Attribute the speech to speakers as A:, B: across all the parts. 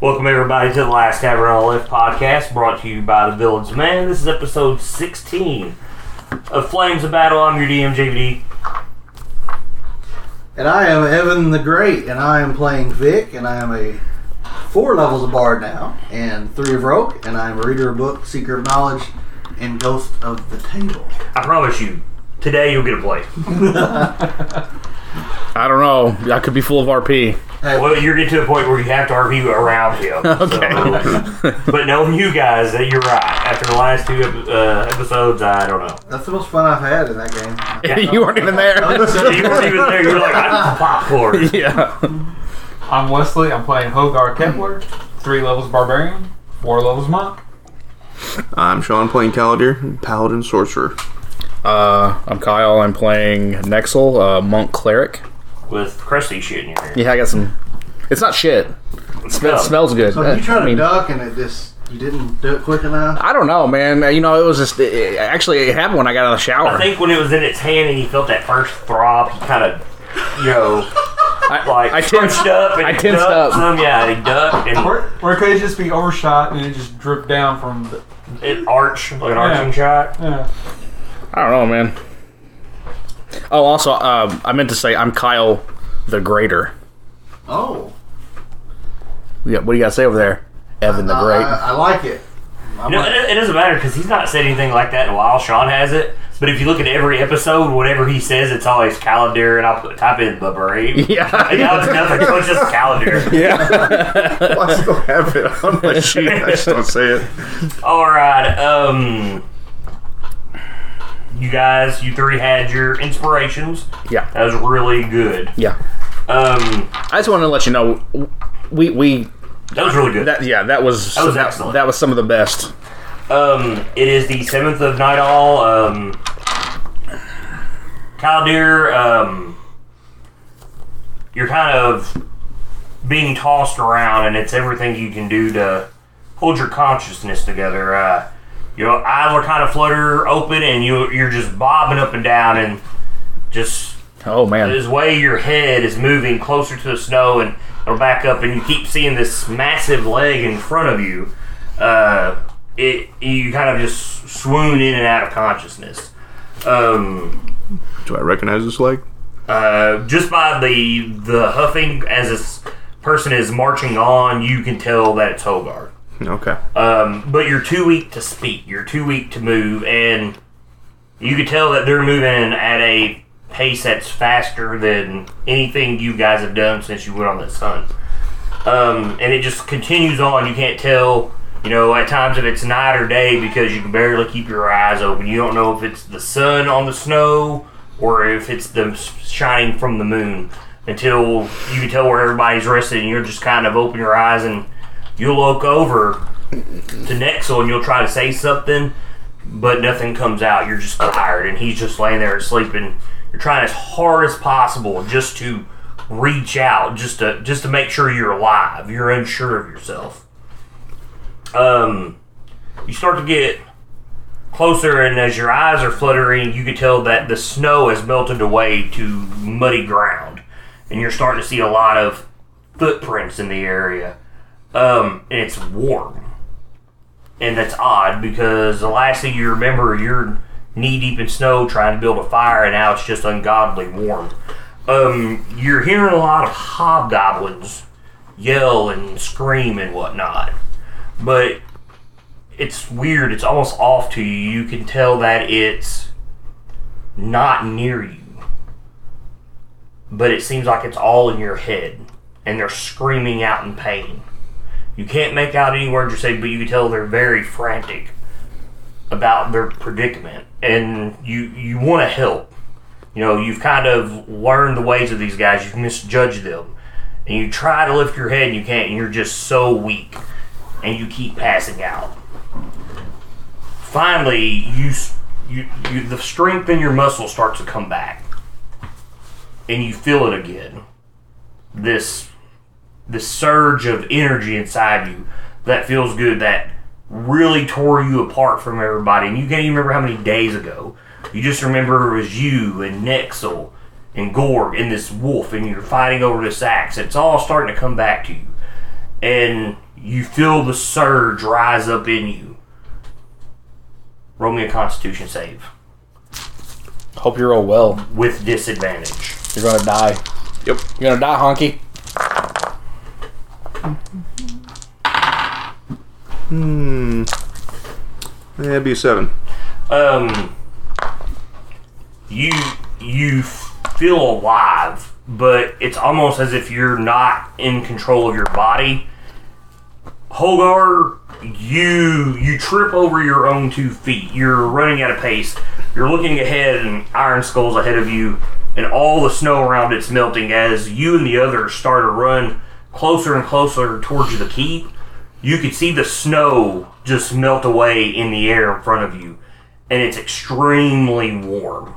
A: Welcome everybody to the Last Tavern on the Left podcast, brought to you by the Village Man. This is episode 16 of Flames of Battle. I'm your DM JVD.
B: And I am Evan the Great, and I am playing Vic, and I am a four levels of bard now, and three of rogue, and I am a reader of book, seeker of knowledge, and ghost of the table.
A: I promise you, today you'll get a play.
C: I don't know. I could be full of RP.
A: Well, you're getting to a point where you have to RP around him. okay. but knowing you guys, that you're right. After the last two ep- uh, episodes, I don't know.
B: That's the most fun I've had in that game.
C: you weren't even there.
A: you weren't even there. You're like, I need some popcorn.
C: yeah.
D: I'm Wesley. I'm playing Hogar Kepler, three levels barbarian, four levels monk.
E: I'm Sean playing Caladir, Paladin Sorcerer.
C: Uh, I'm Kyle. I'm playing Nexel, uh, monk cleric.
A: With crusty shit in your hair.
C: Yeah, I got some. It's not shit. It, sm- it smells good.
B: So
C: Uh,
B: you tried
C: I
B: to
C: mean,
B: duck, and it just you didn't do it quick enough.
C: I don't know, man. You know, it was just it, it- actually it happened when I got out of the shower.
A: I think when it was in its hand and he felt that first throb, he kind of, you know,
C: I,
A: like
C: I tensed
A: scrunched up. And
C: I
A: he
C: tensed
A: ducked
C: up.
A: Some, yeah, and he ducked and
D: Or, or it could just be overshot and it just dripped down from the.
A: it arched like an arching shot.
D: Yeah.
C: I don't know, man. Oh, also, um, I meant to say I'm Kyle the Greater.
B: Oh,
C: Yeah, what do you got to say over there, Evan the Great?
B: I, I like it. I
A: No,
B: like-
A: it, it doesn't matter because he's not said anything like that in a while. Sean has it, but if you look at every episode, whatever he says, it's always Calendar, and I'll put, type in the brave.
C: yeah.
A: Like, now it's nothing. It's just Calendar.
C: Yeah.
E: I still have it on my sheet. I just don't say it.
A: All right. Um, you guys, you three had your inspirations.
C: yeah.
A: That was really good.
C: Yeah.
A: Um,
C: I just wanted to let you know, w- we we
A: that was really good.
C: That yeah, that was
A: That was excellent.
C: That was some of the best.
A: Um, it is the seventh of Night All. Um, Caldir, um, you're kind of being tossed around, and it's everything you can do to hold your consciousness together. Uh, your eyes are kind of flutter open, and you you're just bobbing up and down, and just
C: Oh man,
A: this way your head is moving closer to the snow and it'll back up and you keep seeing this massive leg in front of you uh, it you kind of just swoon in and out of consciousness um,
E: Do I recognize this leg?
A: uh, just by the the huffing as this person is marching on you can tell that it's Hogarth
E: Okay.
A: um, but you're too weak to speak. You're too weak to move, and you can tell that they're moving at a pace that's faster than anything you guys have done since you went on this hunt. Um, and it just continues on. You can't tell, you know, at times if it's night or day because you can barely keep your eyes open. You don't know if it's the sun on the snow or if it's the s- shining from the moon until you can tell where everybody's resting. And you're just kind of open your eyes and you'll look over to Nexel and you'll try to say something, but nothing comes out. You're just tired, and he's just laying there sleeping. You're trying as hard as possible just to reach out, just to just to make sure you're alive. You're unsure of yourself. Um, you start to get closer, and as your eyes are fluttering, you can tell that the snow has melted away to muddy ground, and you're starting to see a lot of footprints in the area. Um, and it's warm and that's odd because the last thing you remember, you're knee deep in snow trying to build a fire, and now it's just ungodly warm. Um, you're hearing a lot of hobgoblins yell and scream and whatnot, but it's weird. It's almost off to you. You can tell that it's not near you, but it seems like it's all in your head, and they're screaming out in pain. You can't make out any words you say, but you can tell they're very frantic about their predicament, and you you want to help. You know, you've kind of learned the ways of these guys. You've misjudged them, and you try to lift your head, and you can't. And you're just so weak, and you keep passing out. Finally, you s- you, you the strength in your muscles starts to come back, and you feel it again. This the surge of energy inside you that feels good that really tore you apart from everybody and you can't even remember how many days ago you just remember it was you and nexel and gorg and this wolf and you're fighting over this axe it's all starting to come back to you and you feel the surge rise up in you. Roll me a Constitution save
C: Hope you roll well.
A: with disadvantage.
C: You're gonna die.
E: Yep.
C: You're gonna die, honky.
E: Hmm. That'd be a seven.
A: um, you you feel alive, but it's almost as if you're not in control of your body. Hogar, you you trip over your own two feet. You're running at a pace. You're looking ahead, and Iron Skull's ahead of you, and all the snow around it's melting as you and the others start to run closer and closer towards the keep. You could see the snow just melt away in the air in front of you, and it's extremely warm.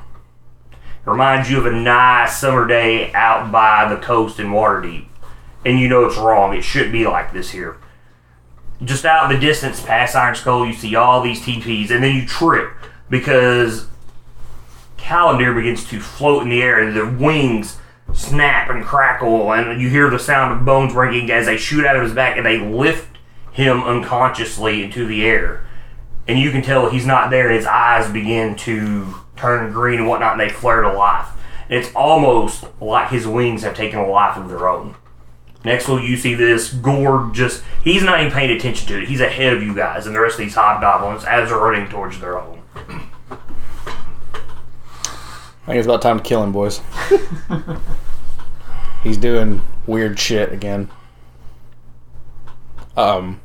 A: It reminds you of a nice summer day out by the coast in Waterdeep. And you know it's wrong. It shouldn't be like this here. Just out in the distance past Iron Skull, you see all these TPs, and then you trip because Calendar begins to float in the air, and the wings snap and crackle, and you hear the sound of bones ringing as they shoot out of his back and they lift him unconsciously into the air and you can tell he's not there. His eyes begin to turn green and whatnot, and they flare to life. And it's almost like his wings have taken a life of their own. Next, will you see this Gorg just. He's not even paying attention to it. He's ahead of you guys and the rest of these hobgoblins as they're running towards their home.
C: I think it's about time to kill him, boys. He's doing weird shit again. Um,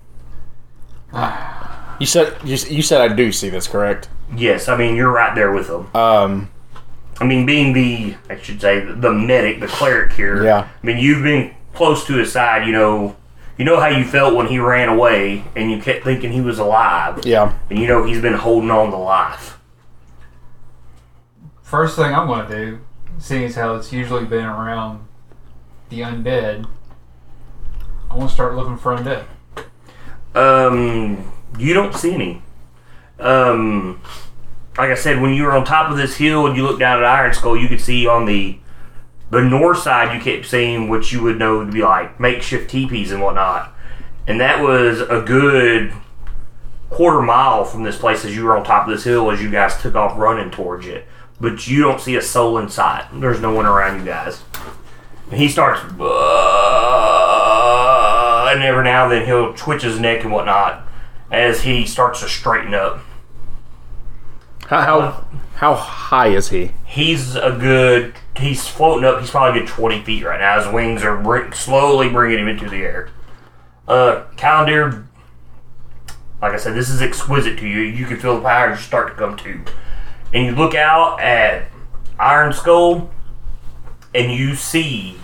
C: you said you, s- you said I do see this, correct?
A: Yes, I mean, you're right there with them.
C: Um,
A: I mean, being the, I should say, the medic, the cleric here.
C: Yeah.
A: I mean, you've been close to his side, you know. You know how you felt when he ran away and you kept thinking he was alive.
C: yeah.
A: And you know he's been holding on to life.
D: First thing I'm gonna do, seeing as how it's usually been around the undead, I want to start looking for undead.
A: Um, you don't see any. Um, like I said, when you were on top of this hill and you looked down at Iron Skull, you could see on the the north side you kept seeing what you would know to be like makeshift teepees and whatnot, and that was a good quarter mile from this place as you were on top of this hill as you guys took off running towards it. But you don't see a soul in sight. There's no one around you guys. And he starts, "Buh," and every now and then he'll twitch his neck and whatnot as he starts to straighten up.
C: How how, how high is he?
A: He's a good, he's floating up. He's probably a good 20 feet right now. His wings are br- slowly bringing him into the air. Uh, Calendir, like I said, this is exquisite to you. You can feel the powers start to come to. And you look out at Iron Skull, and you see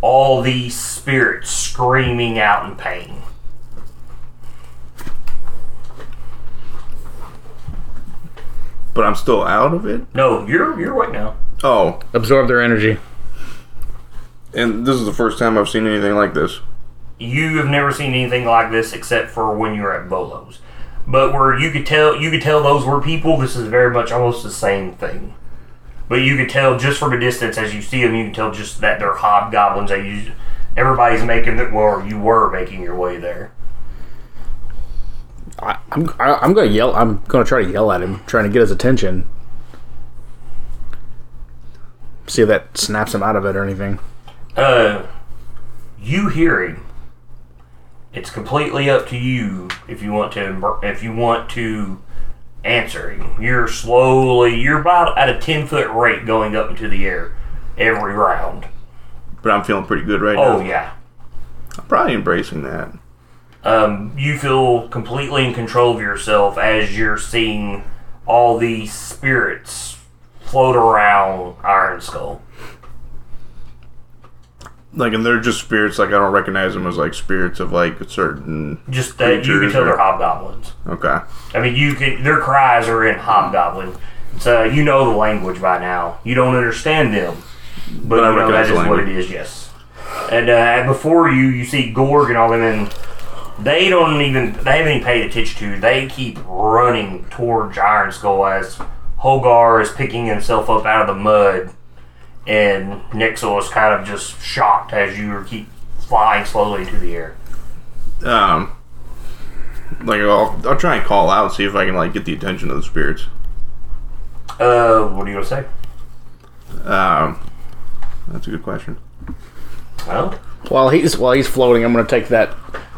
A: all these spirits screaming out in pain.
E: But I'm still out of it.
A: No, you're you're right now.
E: Oh,
C: Absorb their energy.
E: and this is the first time I've seen anything like this.
A: you have never seen anything like this except for when you were at Bolos. But where you could tell you could tell those were people, this is very much almost the same thing. But you could tell just from a distance as you see them, you can tell just that they're hobgoblins. That you, everybody's making that. Well, you were making your way there.
C: I, I'm I, I'm gonna yell. I'm gonna try to yell at him, trying to get his attention. See if that snaps him out of it or anything.
A: Uh, you hear him. It's completely up to you if you want to if you want to answer him. You're slowly you're about at a ten foot rate going up into the air every round.
E: But I'm feeling pretty good right
A: Oh
E: now.
A: yeah.
E: I'm probably embracing that.
A: Um, you feel completely in control of yourself as you're seeing all these spirits float around Iron Skull.
E: Like, and they're just spirits. Like, I don't recognize them as like spirits of like a certain.
A: Just that you can
E: Creatures
A: tell
E: are-
A: they're hobgoblins.
E: Okay.
A: I mean, you can. Their cries are in Hobgoblin, so you know the language by now. You don't understand them, but,
E: I
A: you know
E: recognize
A: that
E: the
A: is what
E: language.
A: it is. Yes. And uh, before you, you see Gorg and all them, and they don't even they haven't even paid attention to. you. They keep running towards Iron Skull as Hogar is picking himself up out of the mud, and Nixel is kind of just shocked as you keep flying slowly into the air.
E: Um, like I'll I'll try and call out, see if I can like get the attention of the spirits.
A: Uh, what do you want to say?
E: Um, that's a good question.
A: Well,
C: While he's while he's floating, I'm going to take that.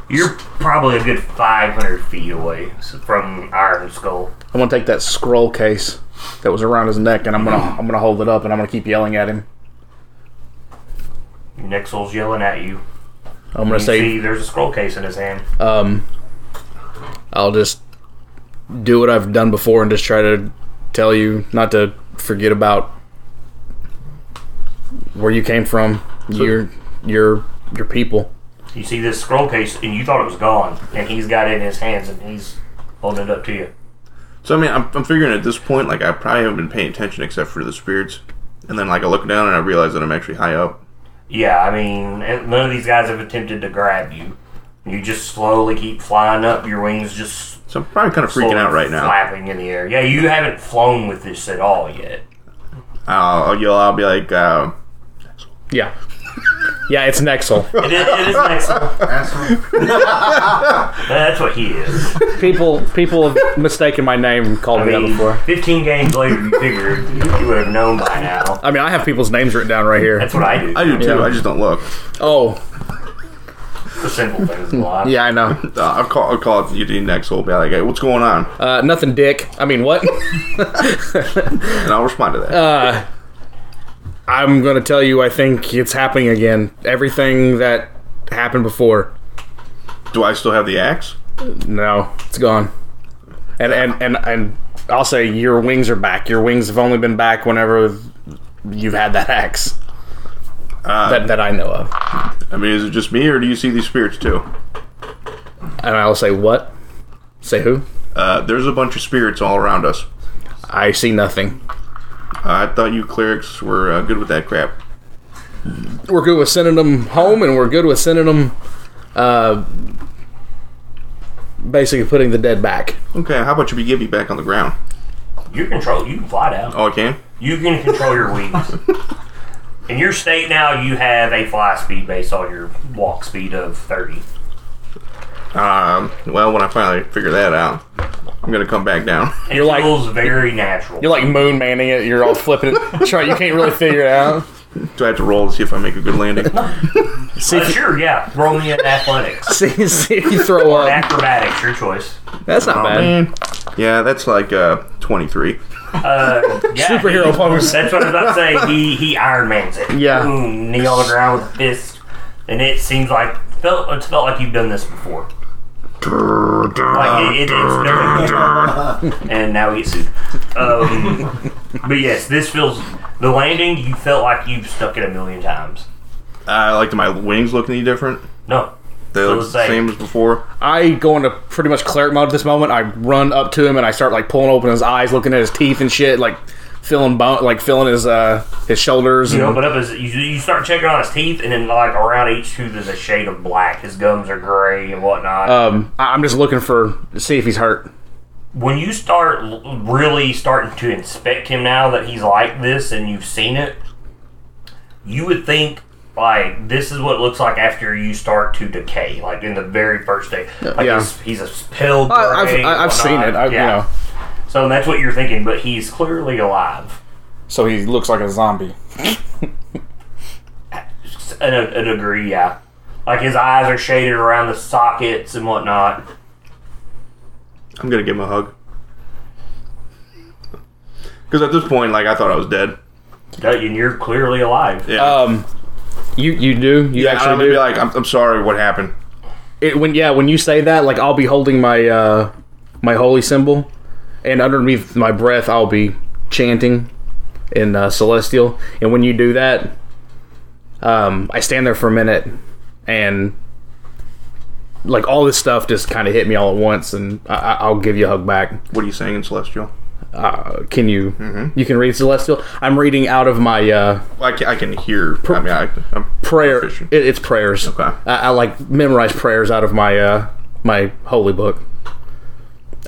A: you're probably a good 500 feet away s- from Iron Skull.
C: I'm going to take that scroll case that was around his neck, and I'm going to I'm going to hold it up, and I'm going to keep yelling at him.
A: Nixel's yelling at you.
C: I'm going
A: You
C: to say,
A: see, there's a scroll case in his hand.
C: um, I'll just do what I've done before and just try to tell you not to forget about where you came from, your your your people.
A: You see this scroll case, and you thought it was gone, and he's got it in his hands, and he's holding it up to you.
E: So I mean, I'm, I'm figuring at this point, like I probably haven't been paying attention except for the spirits, and then like I look down and I realize that I'm actually high up.
A: Yeah, I mean, and none of these guys have attempted to grab you. You just slowly keep flying up. Your wings just
E: So I'm probably kind of
A: slowly
E: freaking out right now.
A: flapping in the air. Yeah, you haven't flown with this at all yet.
E: I'll, I'll yell. I'll be like, uh,
C: Yeah, yeah, it's Nexel.
A: It is, it is next.
B: Asshole.
A: That's what he is.
C: people people have mistaken my name and called
A: I
C: me that
A: mean,
C: before.
A: 15 games later, you figured you would have known by now.
C: I mean, I have people's names written down right here.
A: That's what I do.
E: I do too.
C: Yeah.
E: I just don't look.
C: Oh,
A: The simple things in life.
C: yeah, I know.
E: Uh, I'll call. I'll call you the next will Be like, hey, what's going on?
C: Uh, nothing, Dick. I mean, what?
E: And I'll respond to that.
C: Uh. I'm gonna tell you. I think it's happening again. Everything that happened before.
E: do I still have the axe?
C: No, it's gone. And and and and I'll say your wings are back. Your wings have only been back whenever you've had that axe. that that I know of.
E: I mean, is it just me, or do you see these spirits too?
C: And I'll say what? Say who?
E: Uh, there's a bunch of spirits all around us.
C: I see nothing.
E: Uh, I thought you clerics were uh, good with that crap.
C: we're good with sending them home, and we're good with sending them, uh, basically putting the dead back.
E: Okay, how about you be get me back on the ground?
A: You control. You can fly down.
E: Oh, I can.
A: You can control your wings. In your state now, you have a fly speed based on your walk speed of 30.
E: Um, well, when I finally figure that out, I'm gonna come back down.
A: It
C: You're like-
A: feels very natural.
C: You're like moon manning it. You're all flipping it. Try. You can't really figure it out.
E: Do I have to roll to see if I make a good landing?
C: See
A: Uh,
C: if,
A: sure, yeah. Roll me an athletics.
C: see, see if you throw
A: Or
C: up.
A: acrobatics, your choice.
C: That's not bad.
E: Man, yeah, that's like uh, 23.
A: Uh, yeah,
C: Superhero
A: he-
C: pose.
A: That's what I was about to say. He, he Iron Man's it.
C: Yeah.
A: Boom, knee on the ground with a fist. And it seems like, felt, it's felt like you've done this before. Like it, it, it's nothing. and now we get sued. Um, but yes, this feels the landing. You felt like you've stuck it a million times.
E: Uh, like, do my wings look any different?
A: No,
E: They
A: So the
E: look the
A: same.
E: same as before.
C: I go into pretty much cleric mode at this moment. I run up to him and I start like pulling open his eyes, looking at his teeth and shit, like feeling bone, like feeling his uh his shoulders.
A: you
C: And,
A: open up his. You, you start checking on his teeth, and then like around each tooth is a shade of black. His gums are gray and whatnot.
C: um, I- I'm just looking for see if he's hurt.
A: when you start l- really starting to inspect him now that he's like this and you've seen it, you would think like this is what it looks like after you start to decay, like in the very first day. Like
C: yeah.
A: he's, he's a pale gray.
C: I, I've, I- I've seen
A: whatnot.
C: it. I, You know.
A: So that's what you're thinking, but he's clearly alive.
C: So he looks like a zombie.
A: S- In a, a degree, yeah. Like his eyes are shaded around the sockets and whatnot.
E: I'm gonna give him a hug. Because at this point, like, I thought I was dead.
A: uh, And you're clearly alive.
E: Yeah.
C: Um, you you do you
E: yeah, I'm
C: actually
E: gonna
C: do
E: be like, I'm, I'm sorry, what happened?
C: it when yeah when you say that like I'll be holding my uh my holy symbol and underneath my breath I'll be chanting in uh, celestial and when you do that um I stand there for a minute and like all this stuff just kind of hit me all at once and I- I- I'll give you a hug back.
E: What are you saying in Celestial?
C: Uh, can you you can read celestial? I'm reading out of my uh
E: I can, I can hear. I mean, I, I'm
C: prayer.
E: proficient.
C: It, it's prayers.
E: Okay.
C: I, I like memorize prayers out of my uh, my holy book.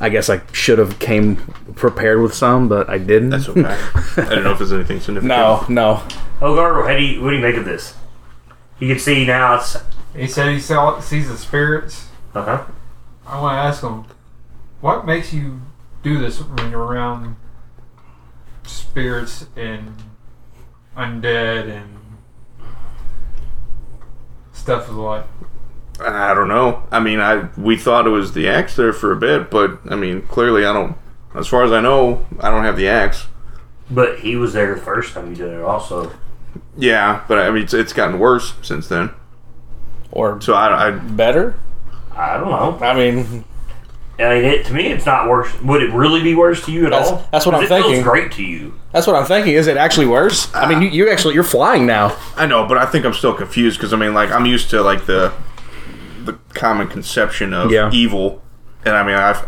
C: I guess I should have came prepared with some, but I didn't.
E: That's okay. I don't know if there's anything significant.
C: no, no.
A: Oh, Hogarth, how do you, what do you make of this? You can see now it's
D: He said he saw, sees the spirits.
A: Uh huh.
D: I want to ask him, what makes you do this when you're around spirits and undead and stuff like
E: I don't know. I mean, I we thought it was the axe there for a bit, but I mean, clearly, I don't. As far as I know, I don't have the axe.
A: But he was there the first time you did it, also.
E: Yeah, but I mean, it's, it's gotten worse since then.
C: Or
E: So I, I
C: better?
A: I don't know.
C: I mean,
A: I mean, it, to me, it's not worse. Would it really be worse to you at
C: That's-
A: all?
C: that's what
A: 'Cause
C: I'm
A: it feels
C: thinking.
A: great to you.
C: that's what I'm thinking. Is it actually worse? I mean, you, you actually you're flying now.
E: I know, but I think I'm still confused because I mean, like, I'm used to like the the common conception of
C: Yeah.
E: evil, and I mean, I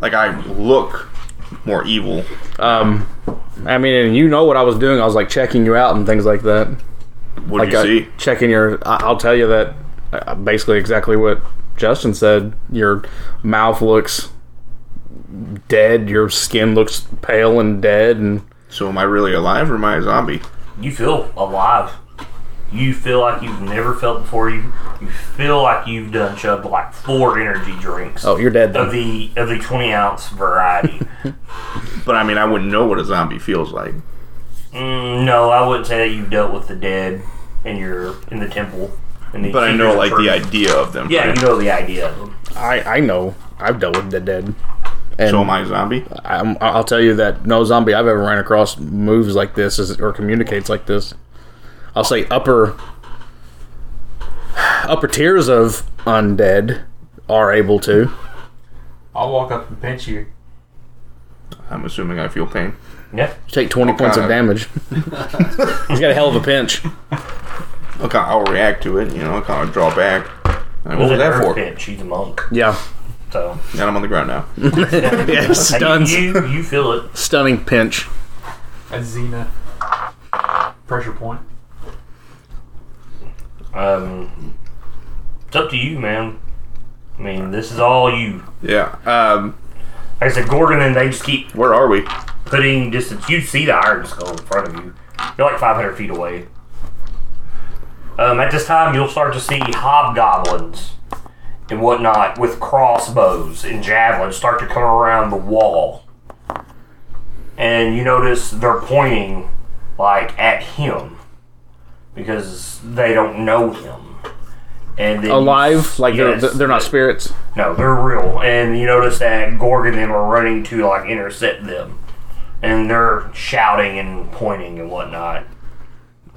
E: like I look more evil.
C: Um, I mean, and you know what I was doing. I was like checking you out and things like that.
E: What
C: Like
E: do you
C: uh,
E: see?
C: checking your. I, I'll tell you that uh, basically exactly what Justin said. Your mouth looks dead. Your skin looks pale and dead, and
E: So am I really alive or am I a zombie?
A: You feel alive. You feel like you've never felt before. You you feel like you've done chugged like four energy drinks
C: oh, you're dead.
A: of
C: Then.
A: the of the twenty ounce variety.
E: But I mean, I wouldn't know what a zombie feels like.
A: Mm, no, I wouldn't say that you've dealt with the dead and you're in the temple. And the
E: But I
A: keepers
E: know
A: of
E: like
A: truth.
E: the idea of them.
A: Yeah,
E: right?
A: you know the idea of them.
C: I I know. I've dealt with the dead. And
E: So am I a zombie?
C: I'm, I'll tell you that no zombie I've ever ran across moves like this is, or communicates like this. I'll say upper upper tiers of undead are able to.
D: I'll walk up and pinch you.
E: I'm assuming I feel pain.
A: Yeah.
C: You take twenty points of
E: God.
C: damage. He's got a hell of a pinch.
E: Look how I'll react to it. You know, I'll kind of draw back. Like, what was
A: An
E: that
A: earth
E: for?
A: Bitch. She's a monk.
C: Yeah,
A: So
E: And I'm on the ground now.
C: yeah, stuns,
A: You, you you feel it.
C: stunning pinch.
D: A Xena pressure point.
A: Um, it's up to you, man. I mean, this is all you.
E: Yeah. Um,
A: Like I said, Gordon and they just keep
E: where are we?
A: putting distance. You see the Iron Skull in front of you. You're like 500 feet away. Um, at this time, you'll start to see hobgoblins and whatnot with crossbows and javelins start to come around the wall. And you notice they're pointing, like, at him because they don't know him. And then you-
C: Alive, like they're
A: Yes.
C: they're not spirits.
A: No, they're real. And you notice that Gorg and them are running to like intercept them. And they're shouting and pointing and whatnot.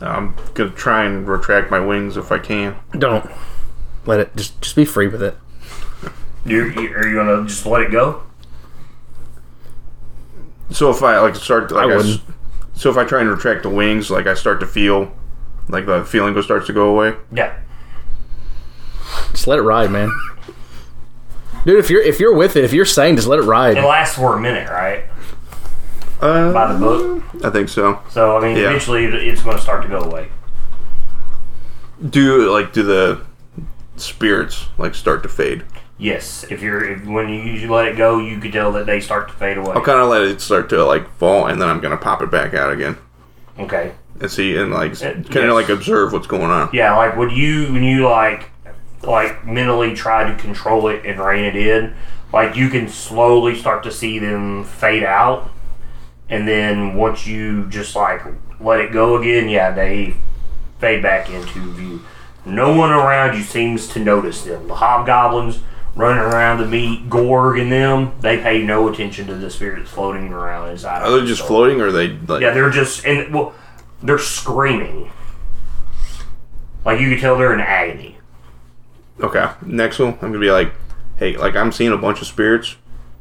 E: I'm gonna try and retract my wings if I can.
C: Don't let it. Just just be free with it.
A: You, you, are you gonna just let it go?
E: So if I like start to, like
C: I
E: I s-
C: wouldn't.
E: so if I try and retract the wings, like I start to feel like the feeling goes starts to go away.
A: Yeah.
C: Just let it ride, man. Dude, if you're if you're with it, if you're sane, just let it ride.
A: It lasts for a minute, right? By
E: Uh,
A: the book.
E: I think so.
A: So I mean,
E: Yeah.
A: eventually it- it's gonna start to go away.
E: Do like do the spirits like start to fade?
A: Yes, if you're if, when you usually let it go, you can tell that they start to fade away.
E: I'll kind of let it start to like fall, and then I'm gonna pop it back out again
A: Okay.
E: and see and like
A: Uh,
E: kind of
A: yes.
E: like observe what's going on.
A: Yeah, like when you when you like like mentally try to control it and rein it in, like you can slowly start to see them fade out, and then once you just like let it go again, yeah, they fade back into view. No one around you seems to notice them. The hobgoblins running around to meet Gorg and them, they pay no attention to the spirits floating around inside.
E: Are they Oh, just floating, or are they like?
A: Yeah, they're just and well, they're screaming. Like you can tell they're in agony.
E: Okay, next one, I'm gonna be like, hey, like I'm seeing a bunch of spirits,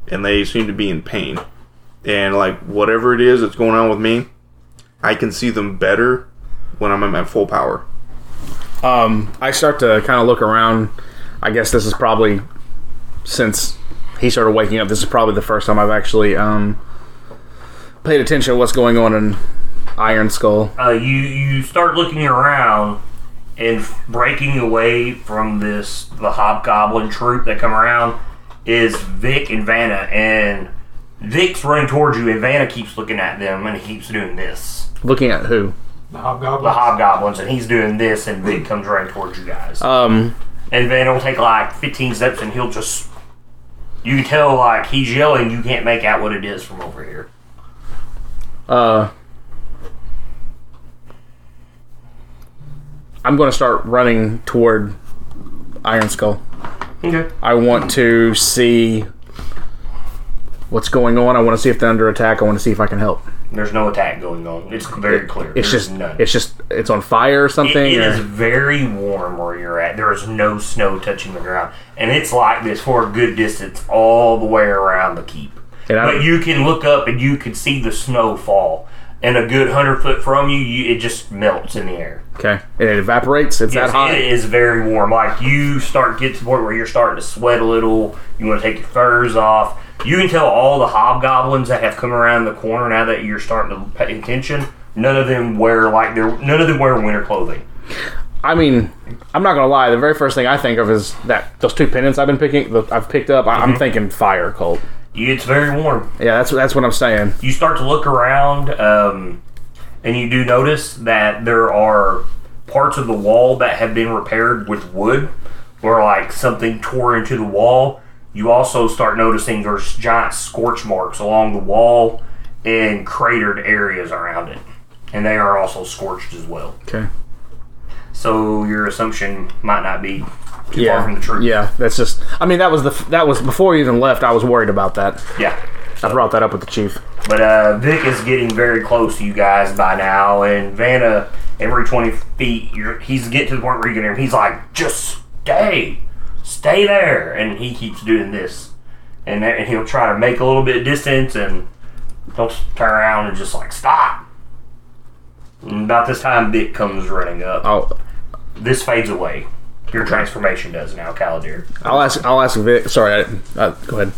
E: and they seem to be in pain, and like whatever it is that's going on with me, I can see them better when I'm at my full power.
C: Um, I start to kind of look around. I guess this is probably since he started waking up. This is probably the first time I've actually um, paid attention to what's going on in Iron Skull.
A: Uh, you you start looking around and f- breaking away from this the hobgoblin troop that come around is Vic and Vanna and Vic's running towards you and Vanna keeps looking at them and he keeps doing this.
C: Looking at who?
D: The
A: The
D: hobgoblin.
A: hobgoblins and he's doing this and Vic comes running towards you guys.
C: Um,
A: and then it'll take like 15 steps, and he'll just. You can tell, like, he's yelling, you can't make out what it is from over here.
C: Uh, I'm going to start running toward Iron Skull.
A: Okay.
C: I want to see what's going on. I want to see if they're under attack. I want to see if I can help.
A: There's no attack going on. It's very clear.
C: It's
A: There's
C: just,
A: none.
C: it's just, it's on fire or something.
A: It- it
C: or-
A: is very warm where you're at. There is no snow touching the ground, and it's like this for a good distance all the way around the keep.
C: And I-
A: but you can look up and you can see the snow fall, and a good hundred foot from you, you it just melts in the air.
C: okay, and it evaporates. It's
A: Yes,
C: that hot.
A: it is very warm. Like you start get to the point where you're starting to sweat a little. You want to take your furs off. You can tell all the hobgoblins that have come around the corner now that you're starting to pay attention. None of them wear like they're none of them wear winter clothing.
C: I mean, I'm not gonna lie. The very first thing I think of is that those two pendants I've been picking, that I've picked up. I, I'm
A: Mm-hmm.
C: thinking fire cult.
A: It's very warm.
C: Yeah, that's that's what I'm saying.
A: you start to look around um, and you do notice that there are parts of the wall that have been repaired with wood where like something tore into the wall you also start noticing there's giant scorch marks along the wall and cratered areas around it and they are also scorched as well
C: Okay.
A: so your assumption might not be too
C: Yeah.
A: far from the truth
C: Yeah, that's just. I mean, that was the that was before you even left. I was worried about that.
A: yeah
C: I brought that up with the chief.
A: But uh, Vic is getting very close to you guys by now, and Vanna, every 20 feet, you're, he's getting to the point where you can hear him. He's like, just stay, stay there. And he keeps doing this. And, that, and he'll try to make a little bit of distance, and he'll s- turn around and just like, stop. And about this time, Vic comes running up.
C: I'll
A: This fades away. Your transformation does now, Caladir.
C: I'll ask I'll ask Vic. Sorry, I, uh, go ahead.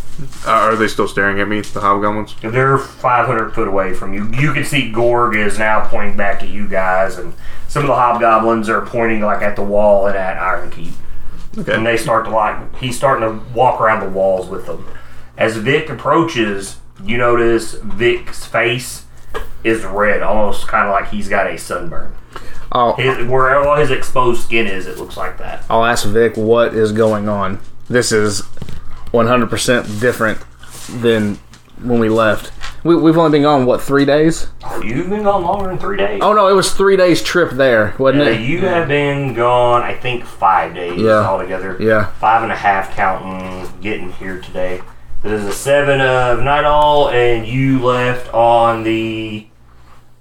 E: are they still staring at me, the hobgoblins?
A: They're 500 foot away from you. You can see Gorg is now pointing back at you guys, and some of the hobgoblins are pointing like at the wall and at Iron Keep.
E: Okay.
A: And they start to like he's starting to walk around the walls with them. As Vic approaches, you notice Vic's face is red, almost kind of like he's got a sunburn.
C: I'll
A: His, where all his exposed skin is, it looks like that.
C: I'll ask Vic what is going on. This is 100% different than when we left. We, we've only been gone what three days?
A: You've been gone longer than three days.
C: Oh no, it was three days trip there, wasn't
A: Uh,
C: it?
A: you have been gone, I think, five days
C: Yeah.
A: altogether.
C: Yeah.
A: Five and a half counting getting here today. This is a seven of night all, and you left on the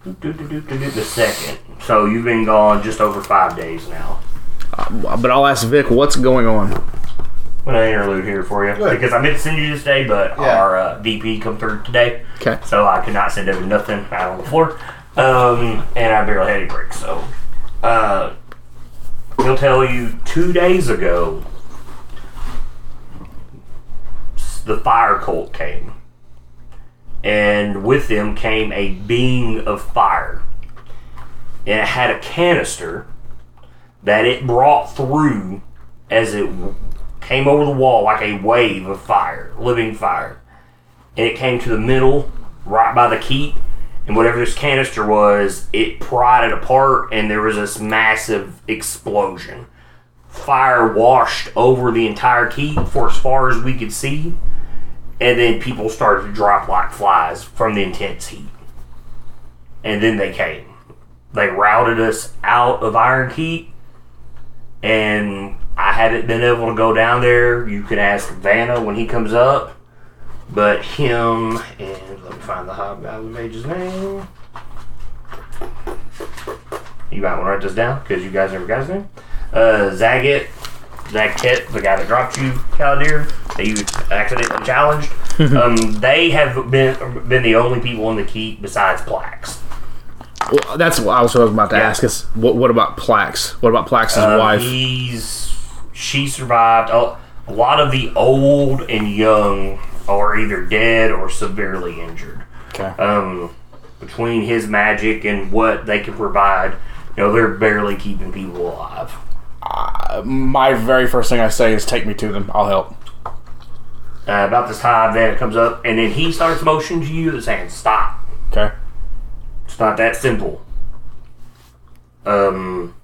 A: the second. So you've been gone just over five days now.
C: But I'll ask Vic what's going on.
A: I'm gonna interlude here for you
B: Good.
A: because I meant to send you this day, but
B: Yeah.
A: our uh, VP come through today,
C: Okay.
A: so I could not send over nothing out on the floor, um, and I barely had a break. So uh, he'll tell you two days ago s- the fire cult came, and with them came a being of fire, and it had a canister that it brought through as it w- came over the wall like a wave of fire, living fire. And it came to the middle, right by the keep, and whatever this canister was, it pried it apart, and there was this massive explosion. Fire washed over the entire keep for as far as we could see, and then people started to drop like flies from the intense heat. And then they came. They routed us out of Iron Keep and I haven't been able to go down there. You can ask Vanna when he comes up, but him and let me find the hobgoblin mage's name. You might want to write this down because you guys never got his name. Uh, Zagat, Zagtet, the guy that dropped you, Caladir, that you accidentally challenged. um, they have been been the only people in the keep besides Plax.
C: Well, that's what I was about to
A: Yeah.
C: ask. Is what, what about Plax? What about Plax's
A: Um,
C: wife?
A: He's she survived. A, a lot of the old and young are either dead or severely injured.
C: okay.
A: Um, between his magic and what they can provide, you know, they're barely keeping people alive.
C: My very first thing I say is take me to them. I'll help.
A: Uh, about this time, then it comes up, and then he starts motioning to you, that's saying, "Stop."
C: Okay.
A: It's not that simple. Um,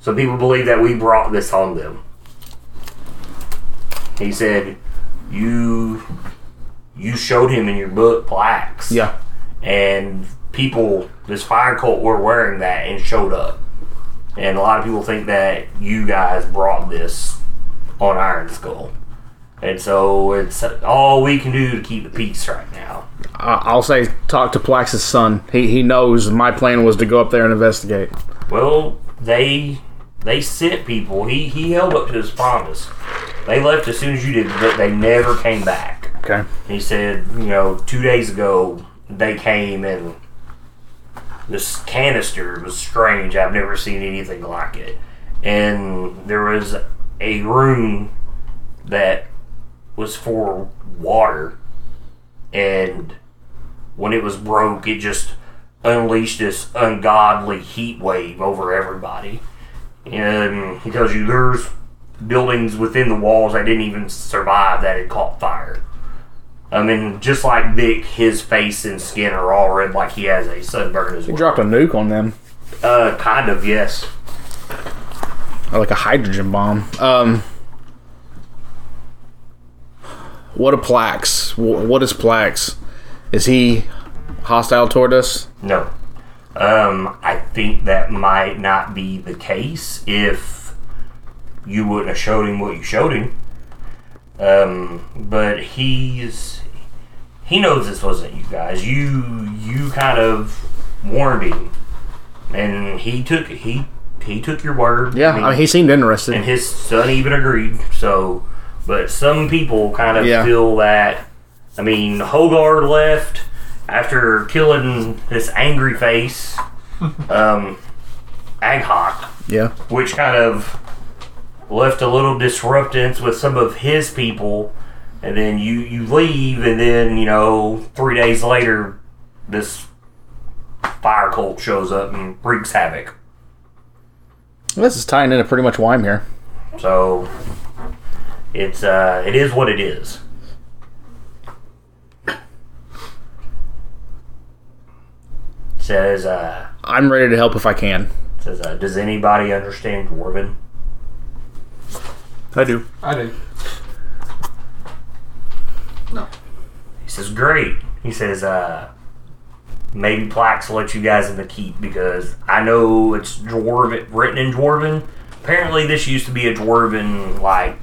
A: some people believe that we brought this on them. He said, "You, you showed him in your book blacks,
C: Yeah.
A: and people, this fire cult, were wearing that and showed up. And a lot of people think that you guys brought this on Iron Skull, and so it's all we can do to keep the peace right now.
C: I- I'll say talk to Plax's son. He he knows my plan was to go up there and investigate.
A: Well, they they sent people. He he held up to his promise. They left as soon as you did, but they never came back.
C: Okay.
A: He said, you know, two days ago they came and this canister was strange. I've never seen anything like it. And there was a room that was for water, and when it was broke, it just unleashed this ungodly heat wave over everybody. And he tells you there's buildings within the walls that didn't even survive that had caught fire. I mean, just like Vic, his face and skin are all red, like he has a sunburn as well.
C: Dropped a nuke on them,
A: Uh, kind of, yes.
C: Or like a hydrogen bomb. Um. What a Plax. Wh- What is Plax? Is he hostile toward us?
A: No. Um, I think that might not be the case if you wouldn't have showed him what you showed him. Um, but he's he knows this wasn't you guys. You you kind of warned him, and he took he he took your word.
C: Yeah,
A: I mean,
C: I mean, he seemed interested.
A: and his son even agreed. So, but some people kind of
C: Yeah.
A: feel that. I mean, Hogard left after killing this angry face, um, Aghok,
C: yeah.
A: which kind of left a little disruptance with some of his people. And then you you leave, and then you know three days later, this fire cult shows up and wreaks havoc.
C: This is tying into pretty much why I'm here.
A: So it's uh, it is what it is. Says uh,
C: I'm ready to help if I can.
A: says uh, does anybody understand dwarven?
E: I do.
D: I do.
B: No.
A: He says great. He says uh, maybe Plax will let you guys in the keep because I know it's dwarven written in dwarven. Apparently, this used to be a dwarven like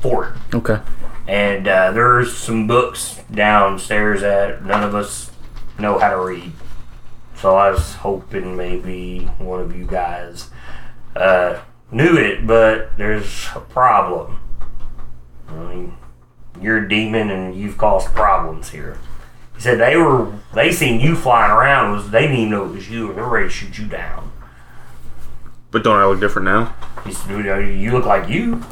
A: fort
C: Okay.
A: and uh, there's some books downstairs that none of us know how to read. So I was hoping maybe one of you guys uh, knew it, but there's a problem. I mean, you're a demon and you've caused problems here. He said they were they seen you flying around was they didn't even know it was you and they're ready to shoot you down.
E: But don't I look different now?
A: He said, you, know, you look like you.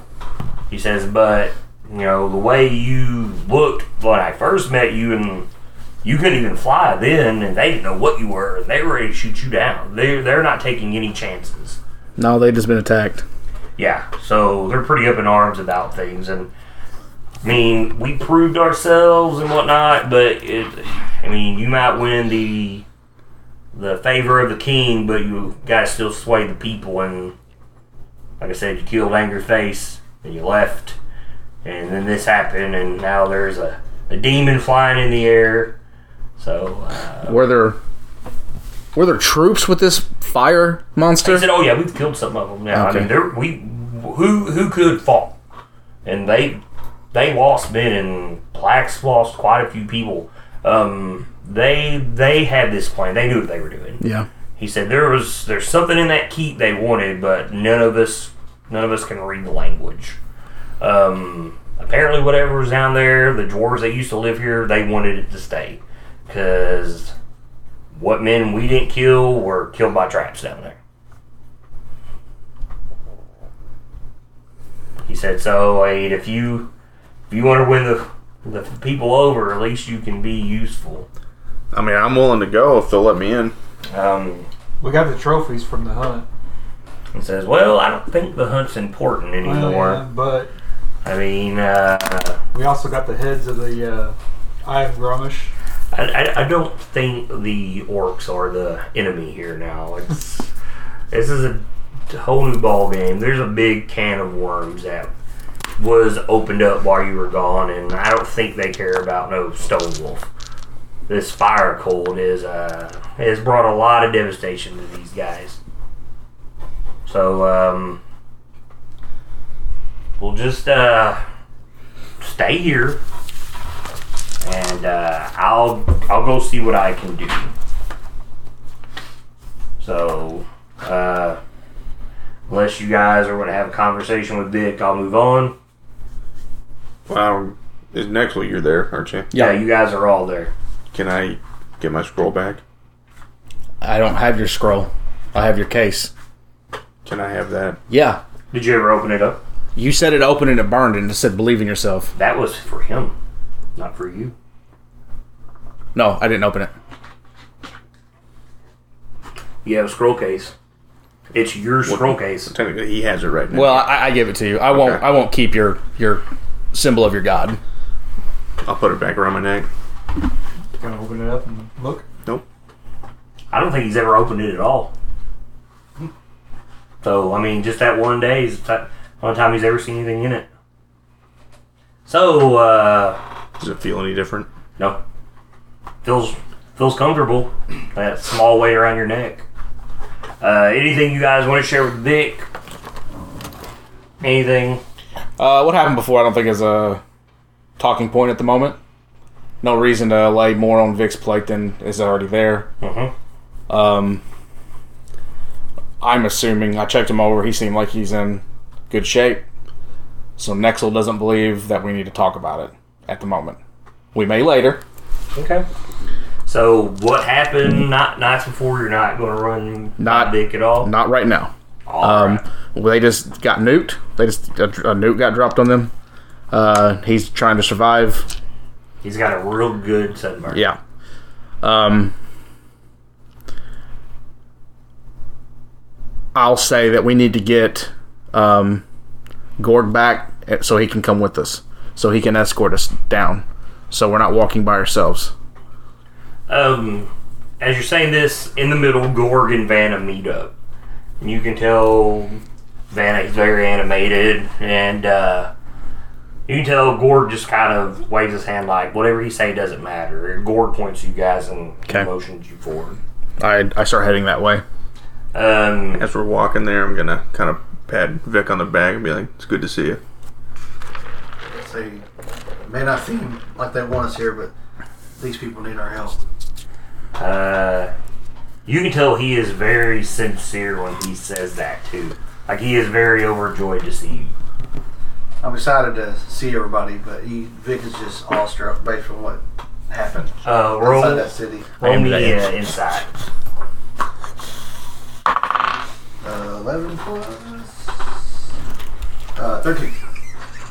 A: He says, but, you know, the way you looked when I first met you and you couldn't even fly then and they didn't know what you were and they were ready to shoot you down. They're, they're not taking any chances.
C: No, they've just been attacked.
A: Yeah, so they're pretty up in arms about things. And, I mean, we proved ourselves and whatnot, but, it, I mean, you might win the the favor of the king, but you gotta still sway the people. And like I said, you killed Angry Face and you left, and then this happened, and now there's a, a demon flying in the air. So uh,
C: Were there were there troops with this fire monster?
A: he said, "Oh yeah, we've killed some of them now.
C: Okay.
A: I mean, there we who who could fall, and they they lost men and Plax lost quite a few people. Um, they they had this plan. They knew what they were doing.
C: Yeah.
A: He said there was there's something in that keep they wanted, but none of us none of us can read the language. Um, apparently, whatever was down there, the dwarves that used to live here, they wanted it to stay because what men we didn't kill were killed by traps down there. He said, "So, I mean, if you if you want to win the the people over, at least you can be useful."
E: I mean, I'm willing to go if they'll let me in.
A: Um,
D: We got the trophies from the hunt.
A: and says, "Well, I don't think the hunt's important anymore.
D: Oh, Yeah, but
A: I mean, uh,
D: we also got the heads of the uh, Eye of Gromish.
A: I, I, I don't think the orcs are the enemy here now. It's this is a whole new ball game. There's a big can of worms that was opened up while you were gone, and I don't think they care about no stone wolf. This fire cold is uh, has brought a lot of devastation to these guys. So um, we'll just uh, stay here, and uh, I'll I'll go see what I can do. So. Uh, unless you guys are going to have a conversation with Dick, I'll move on.
E: Wow. Is next week you're there, aren't you?
A: Yeah, you guys are all there.
E: Can I get my scroll back?
C: I don't have your scroll. I have your case.
E: Can I have that?
C: Yeah.
A: Did you ever open it up?
C: You said it opened and it burned and it said believe in yourself.
A: That was for him, not for you.
C: No, I didn't open it.
A: You have a scroll case. It's your scroll case.
E: Technically, he has it right now.
C: Well, I, I gave it to you. I won't
E: Okay.
C: I won't keep your your symbol of your god.
E: I'll put it back around my neck.
D: Gonna open it up and look.
E: Nope.
A: I don't think he's ever opened it at all. So I mean, just that one day is the ti- only time he's ever seen anything in it. So uh,
E: Does it feel any different?
A: no, feels feels comfortable. That small weight around your neck. Uh, anything you guys want to share with Vic? Anything?
C: Uh, what happened before I don't think is a talking point at the moment. No reason to lay more on Vic's plate than is already there.
A: Mhm.
C: Um, I'm assuming I checked him over. He seemed like he's in good shape. So Nexel doesn't believe that we need to talk about it at the moment. We may later.
A: Okay. So what happened? Not nights before. You're not going to run
C: Not-
A: Vic at all.
C: Not right now.
A: All
C: Um,
A: right.
C: well, they just got nuked. They just a, a nuke got dropped on them. Uh, he's trying to survive.
A: He's got a real good sunburn.
C: Yeah. Um, I'll say that we need to get um, Gord back eh, so he can come with us, so he can escort us down, so we're not walking by ourselves.
A: Um, as you're saying this, in the middle, Gorg and Vanna meet up. And you can tell Vanna is very animated, and uh, you can tell Gorg just kind of waves his hand like, whatever he say doesn't matter. Gorg points you guys and
C: Okay.
A: motions you forward.
C: I I start heading that way.
A: Um,
E: As we're walking there, I'm gonna kind of pat Vic on the back and be like, "It's good to see you."
B: They may not seem like they want us here, but these people need our help.
A: uh, you can tell he is very sincere when he says that, too. Like, he is very overjoyed to see you.
B: I'm excited to see everybody, but he, Vic is just awestruck based on what happened
A: Uh, roll,
B: inside that city.
A: roll me
C: today.
A: uh, inside.
B: Uh, 11 plus uh, 13.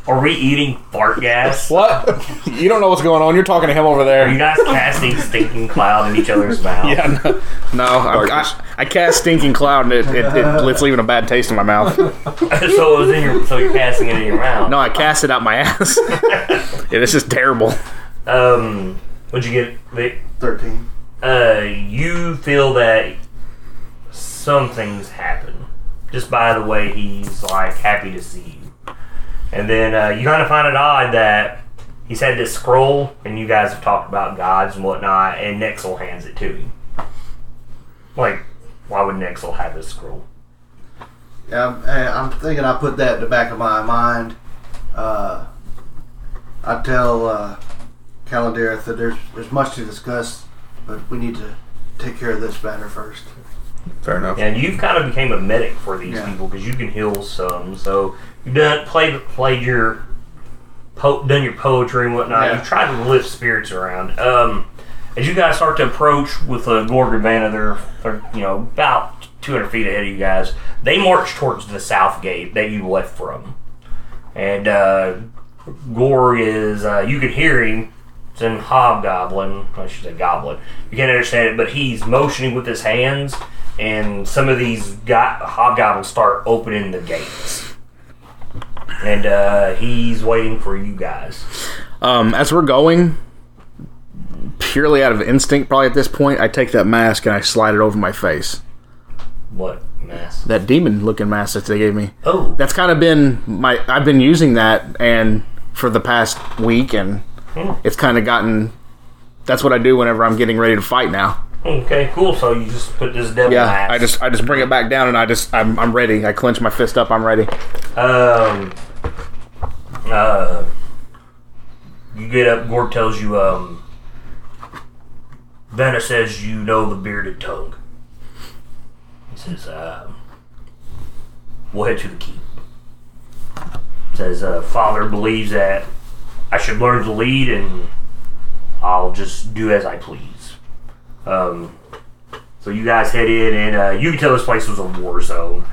A: Are we eating fart gas?
C: What? you don't know what's going on. You're talking to him over there.
A: Are you guys casting stinking cloud in each other's mouth?
C: yeah, no, no I,
E: Darkness.
C: I, I cast stinking cloud and it, it, it it's leaving a bad taste in my mouth.
A: so it was in your so you're casting it in your mouth.
C: No, I cast it out my ass. yeah, this is terrible.
A: Um what'd you get, Vic?
B: 13.
A: Uh you feel that something's happened. Just by the way he's like happy to see you. And then uh, you kinda find it odd that he's had this scroll and you guys have talked about gods and whatnot, and Nexel hands it to him. Like, why would Nexel have this scroll?
B: Yeah, I'm, eh, I'm thinking I put that in the back of my mind. Uh, I tell uh, Calendareth that there's, there's much to discuss, but we need to take care of this matter first.
E: Fair enough.
A: And you've kind of became a medic for these
B: Yeah.
A: people because you can heal some. So you've done played played your po- done your poetry and whatnot.
B: Yeah.
A: You've tried to lift spirits around. Um, as you guys start to approach with a Gorgavana, they're, they're you know about 200 feet ahead of you guys. They march towards the south gate that you left from, and uh, Gorg is uh, you can hear him. It's in hobgoblin. I should say goblin. You can't understand it, but he's motioning with his hands, and some of these go- hobgoblins start opening the gates. And uh, he's waiting for you guys.
C: Um, as we're going, purely out of instinct, probably at this point, I take that mask and I slide it over my face.
A: What mass?
C: That demon looking mask that they gave me.
A: Oh,
C: That's kind of been my. I've been using that and for the past week, and
A: Hmm.
C: it's kind of gotten. That's what I do whenever I'm getting ready to fight now.
A: okay, cool. So you just put this devil
C: Yeah,
A: mask.
C: I just I just bring it back down and I just I'm, I'm ready. I clench my fist up. I'm ready.
A: Um. Uh. You get up. Gorg tells you. Um. Vanna says you know the bearded tongue. He says, um, "We'll head to the keep." Says, uh, "Father believes that I should learn to lead, and I'll just do as I please." Um. So you guys head in, and uh, you can tell this place was a war zone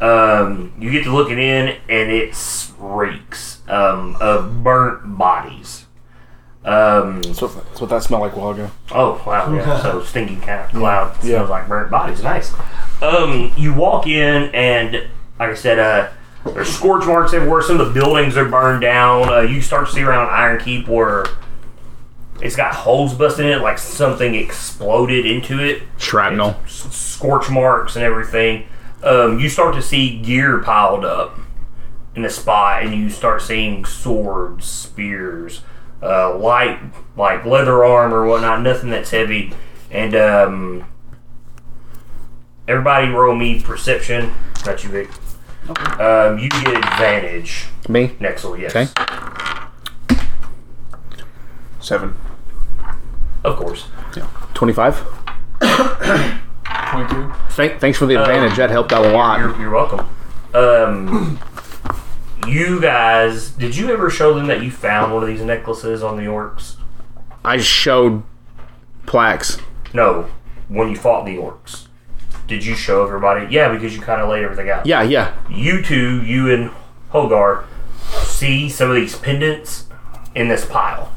A: um, you get to looking in and it reeks um, of burnt bodies. Um,
C: That's what, that's what that smelled like a while ago.
A: oh wow! Yeah, so stinking kind of cloud
C: Yeah.
A: smells like burnt bodies. Nice. Um, you walk in and like I said, uh, there's scorch marks everywhere. Some of the buildings are burned down. Uh, you start to see around Iron Keep where it's got holes busted in it, like something exploded into it
C: Shrapnel.
A: s- scorch marks and everything, um, you start to see gear piled up in a spot, and you start seeing swords, spears, uh, light like leather armor, whatnot, nothing that's heavy, and um, everybody roll me perception. Got you, Vic. Um, you get advantage,
C: Me.
A: Nexel. Yes,
C: Okay.
E: Seven.
A: of course.
C: Twenty five.
D: 22.
C: Thank, thanks for the advantage. that helped out a lot.
A: Uh, You're, you're welcome. Um, you guys, did you ever show them that you found one of these necklaces on the orcs?
C: I showed plaques.
A: No, when you fought the orcs. Did you show everybody? Yeah, because you kind of laid everything out.
C: Yeah, yeah.
A: You two, you and Hogar, see some of these pendants in this pile.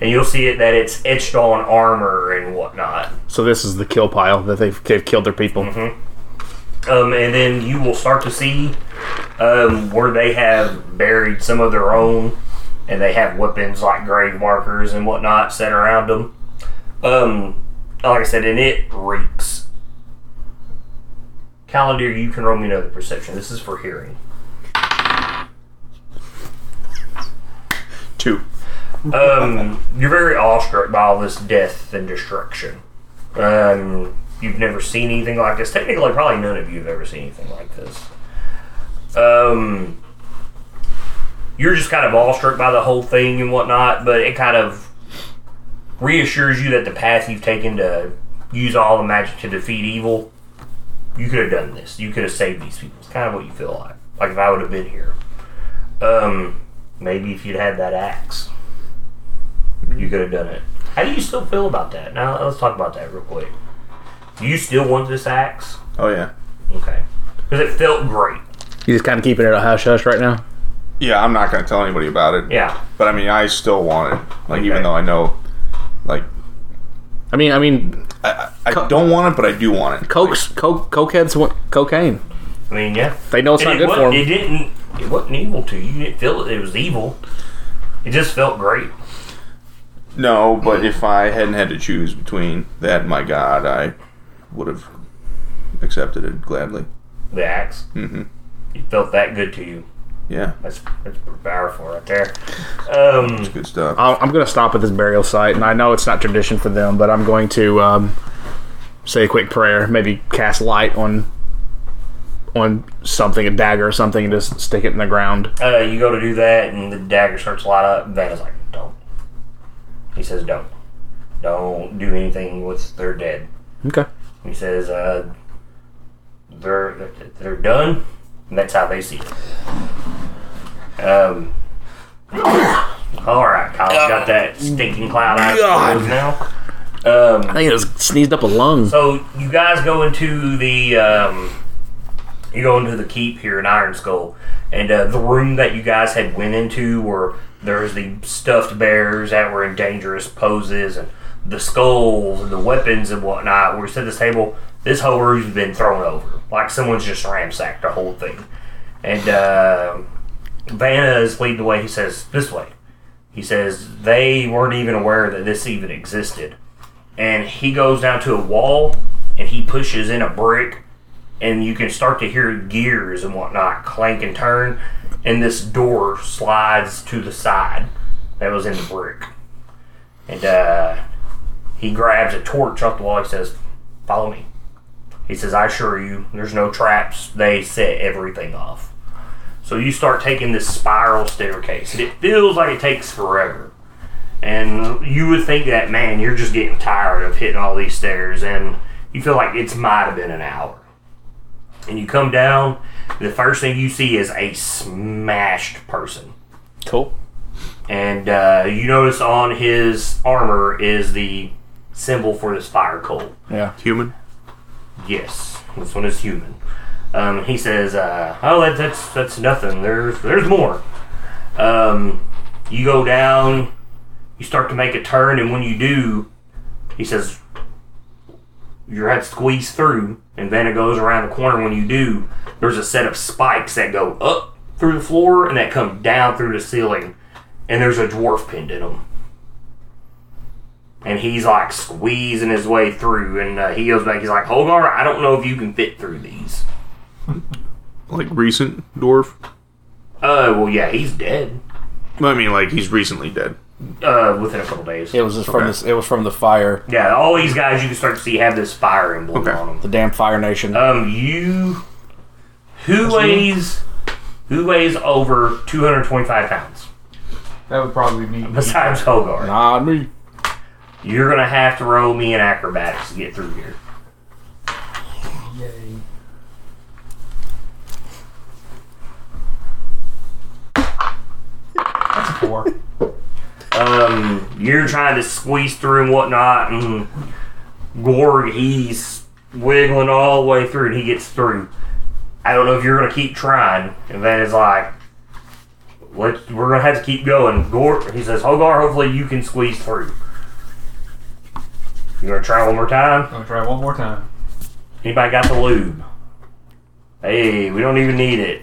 A: And you'll see it that it's etched on armor and whatnot.
C: So this is the kill pile that they've they've killed their people.
A: Mhm. Um, and then you will start to see um, where they have buried some of their own, and they have weapons like grave markers and whatnot set around them. Um, like I said, and it reeks. Calendar, you can roll me another perception. This is for hearing.
E: Two.
A: Um, you're very awestruck by all this death and destruction. Um, you've never seen anything like this. Technically, probably none of you have ever seen anything like this. Um, you're just kind of awestruck by the whole thing and whatnot, but it kind of reassures you that the path you've taken to use all the magic to defeat evil, you could have done this. You could have saved these people. It's kind of what you feel like. Like if I would have been here. Um, maybe if you'd had that axe you could have done it. How do you still feel about that? Now let's talk about that real quick. Do you still want this axe?
E: Oh yeah.
A: Okay, because it felt great.
C: You just kind of keeping it a hush hush right now.
E: Yeah, I'm not gonna tell anybody about it.
A: Yeah,
E: But I mean, I still want it. Like
A: Okay.
E: even though I know, like
C: I mean, I mean,
E: I, I I don't want it, but I do want it.
C: cokes, coke, cokeheads want cocaine.
A: I mean, yeah.
C: They know it's
A: And
C: not
A: it,
C: good
A: wa-
C: for
A: it
C: them.
A: didn't. It wasn't evil to you. You didn't feel it. It was evil. It just felt great.
E: No, but if I hadn't had to choose between that and my God, I would have accepted it gladly.
A: The ax
C: Mm-hmm.
E: Mhm.
A: It felt that good to you.
E: Yeah,
A: That's that's pretty powerful right there. Um,
E: good stuff.
C: I'll- I'm going to stop at this burial site, and I know it's not tradition for them, but I'm going to um, say a quick prayer, maybe cast light on on something, a dagger or something, and just stick it in the ground.
A: uh, you go to do that, and the dagger starts to light up. and Vanna's like, "Don't." He says, "Don't, don't do anything with their dead."
C: Okay.
A: He says, uh, they're, they're done, and that's how they see it. Um, all right, Kyle, you got that stinking cloud out of your nose now. Um,
C: I think it was sneezed up a lung.
A: so you guys go into the um, you go into the keep here in Iron Skull, and uh, the room that you guys had went into where there's the stuffed bears that were in dangerous poses and the skulls and the weapons and whatnot. Where we said this table, this whole room's been thrown over like someone's just ransacked the whole thing. And uh, Vanna is leading the way. He says this way. He says they weren't even aware that this even existed and he goes down to a wall and he pushes in a brick and you can start to hear gears and whatnot clank and turn, and this door slides to the side that was in the brick. And uh, he grabs a torch off the wall. He says, Follow me. He says, I assure you, there's no traps. They set everything off. So you start taking this spiral staircase, and it feels like it takes forever. And you would think that, man, you're just getting tired of hitting all these stairs, and you feel like it's might have been an hour. And you come down, the first thing you see is a smashed person.
C: Cool.
A: And uh, you notice on his armor is the symbol for this fire coal.
C: Yeah.
E: Human.
A: Yes, this one is human. Um, he says, uh, "Oh, that, that's that's nothing. There's there's more." Um, you go down, you start to make a turn, and when you do, he says, "Your head squeezed through." And then it goes around the corner. When you do, there's a set of spikes that go up through the floor and that come down through the ceiling, and there's a dwarf pinned in them and he's like squeezing his way through and uh, he goes back he's like Hogar I don't know if you can fit through these
E: Like recent dwarf.
A: uh well yeah he's dead
E: I mean, like he's recently dead.
A: uh within a couple days
C: It was just from
E: Okay.
C: this. It was from the fire,
A: yeah all these guys you can start to see have this fire emblem
E: Okay.
A: on them
C: the damn Fire Nation.
A: um you who weighs who weighs over 225 pounds
D: That would probably be me.
A: besides Hogar
C: Not me.
A: you're gonna have to roll me an acrobatics to get through here
D: Yay. That's a four.
A: um, you're trying to squeeze through and whatnot, and Gorg, he's wiggling all the way through, and he gets through. I don't know if you're gonna keep trying, and then it's like, let's we're gonna have to keep going. Gorg, he says, Hogar, hopefully you can squeeze through. You gonna try one more time?
D: I'm gonna try one more time.
A: Anybody got the lube? Hey, we don't even need it.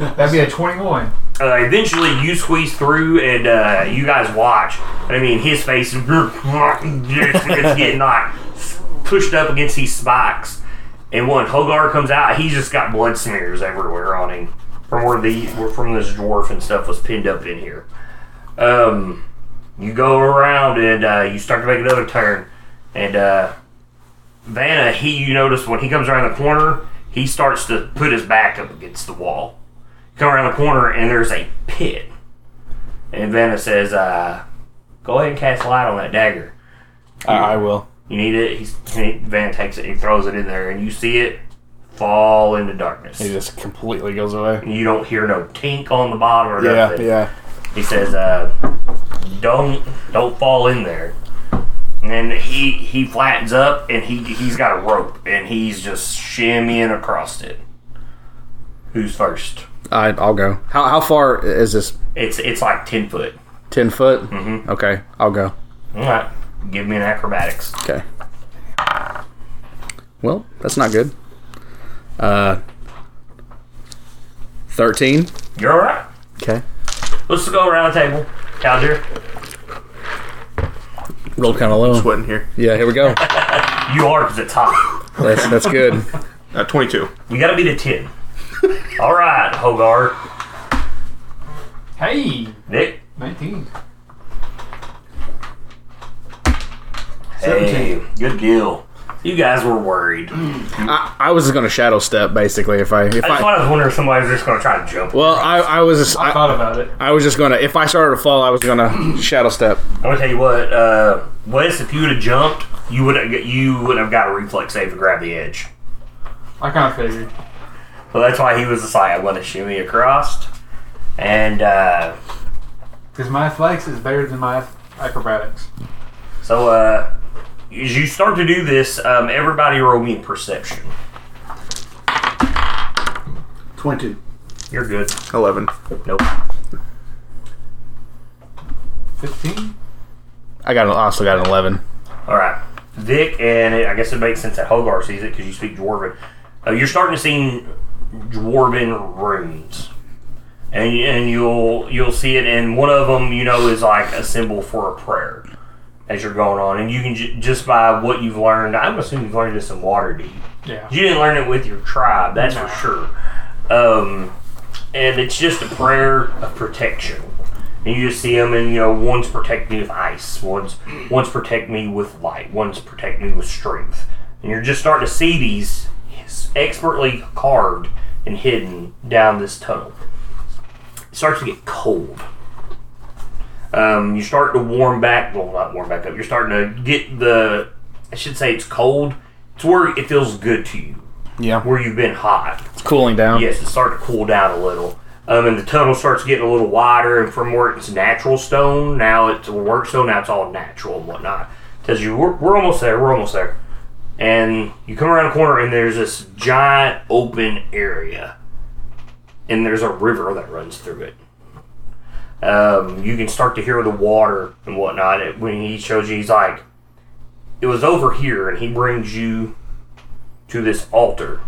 D: That'd be a 21.
A: uh, eventually you squeeze through and uh, you guys watch. I mean, his face is it's getting like pushed up against these spikes. And when Hogar comes out, he's just got blood smears everywhere on him from where the from this dwarf and stuff was pinned up in here. Um, you go around and uh, you start to make another turn, and uh, Vanna, he you notice when he comes around the corner, he starts to put his back up against the wall come around the corner and there's a pit. And Vanna says, uh, go ahead and cast light on that dagger.
C: I, I will.
A: You need it. He's, he, Van takes it and throws it in there, and you see it fall into darkness.
C: He just completely goes away.
A: You don't hear no tink on the bottom or
C: Yeah,
A: nothing.
C: yeah.
A: He says, uh, "Don't don't fall in there." And then he he flattens up and he he's got a rope and he's just shimmying across it. Who's first?
C: I, I'll go. How, how far is this?
A: It's it's like ten foot.
C: Ten foot. Mm-hmm. Okay, I'll go.
A: All right, give me an acrobatics.
C: Okay. Well, that's not good. Uh, thirteen.
A: You're all right.
C: Okay.
A: Let's go around the table. Calder,
C: Roll kind of low.
E: Sweating here.
C: Yeah, here we go.
A: you are because it's hot.
C: That's that's good.
E: Uh, Twenty-two.
A: You got to beat a ten. All right, Hogar,
D: Hey!
A: Nick.
D: 19.
A: Hey, good deal. You guys were worried. That's
C: I, I was just gonna shadow step basically if I if I.
A: why I was wondering if somebody was just going to try to jump.
C: Well, I, I was just, I,
D: Thought about it.
C: I was just gonna if I started to fall, I was gonna shadow step.
A: I'm going to tell you what, uh, Wes, if you would have jumped, you would have you would have got a reflex save to grab the edge.
D: I kind of figured.
A: So that's why he was just like, I'm going to shimmy across. And uh,
D: Because my athletics is better than my acrobatics.
A: so uh, as you start to do this, um, everybody roll me in perception.
B: Twenty.
A: You're good.
E: Eleven.
A: Nope.
D: 15?
C: I got an, I also got an eleven.
A: All right, Vic, and it, I guess it makes sense that Hogar sees it because you speak Dwarven. Uh, you're starting to see Dwarven runes, and and you'll you'll see it. And one of them, you know, is like a symbol for a prayer. as you're going on, and you can ju- just by what you've learned. I'm assuming you've learned this in Waterdeep.
D: Yeah.
A: You didn't learn it with your tribe, that's for sure. Um, and it's just a prayer of protection. And you just see them, and you know, one's protect me with ice, one's one's protect me with light, one's protect me with strength. And you're just starting to see these expertly carved and hidden down this tunnel. It starts to get cold. Um, you start to warm back, well, not warm back up. You're starting to get the, I should say, it's cold. It's where it feels good to you,
C: Yeah.
A: where you've been hot.
C: It's cooling down.
A: Yes, it started to cool down a little. Um, and the tunnel starts getting a little wider, and from where it's natural stone, now it's work stone, now it's all natural and whatnot. Tells you, we're, we're almost there, we're almost there. And you come around a corner, and there's this giant open area. And there's a river that runs through it. Um, you can start to hear the water and whatnot. It, when he shows you, he's like, it was over here, and he brings you to this altar.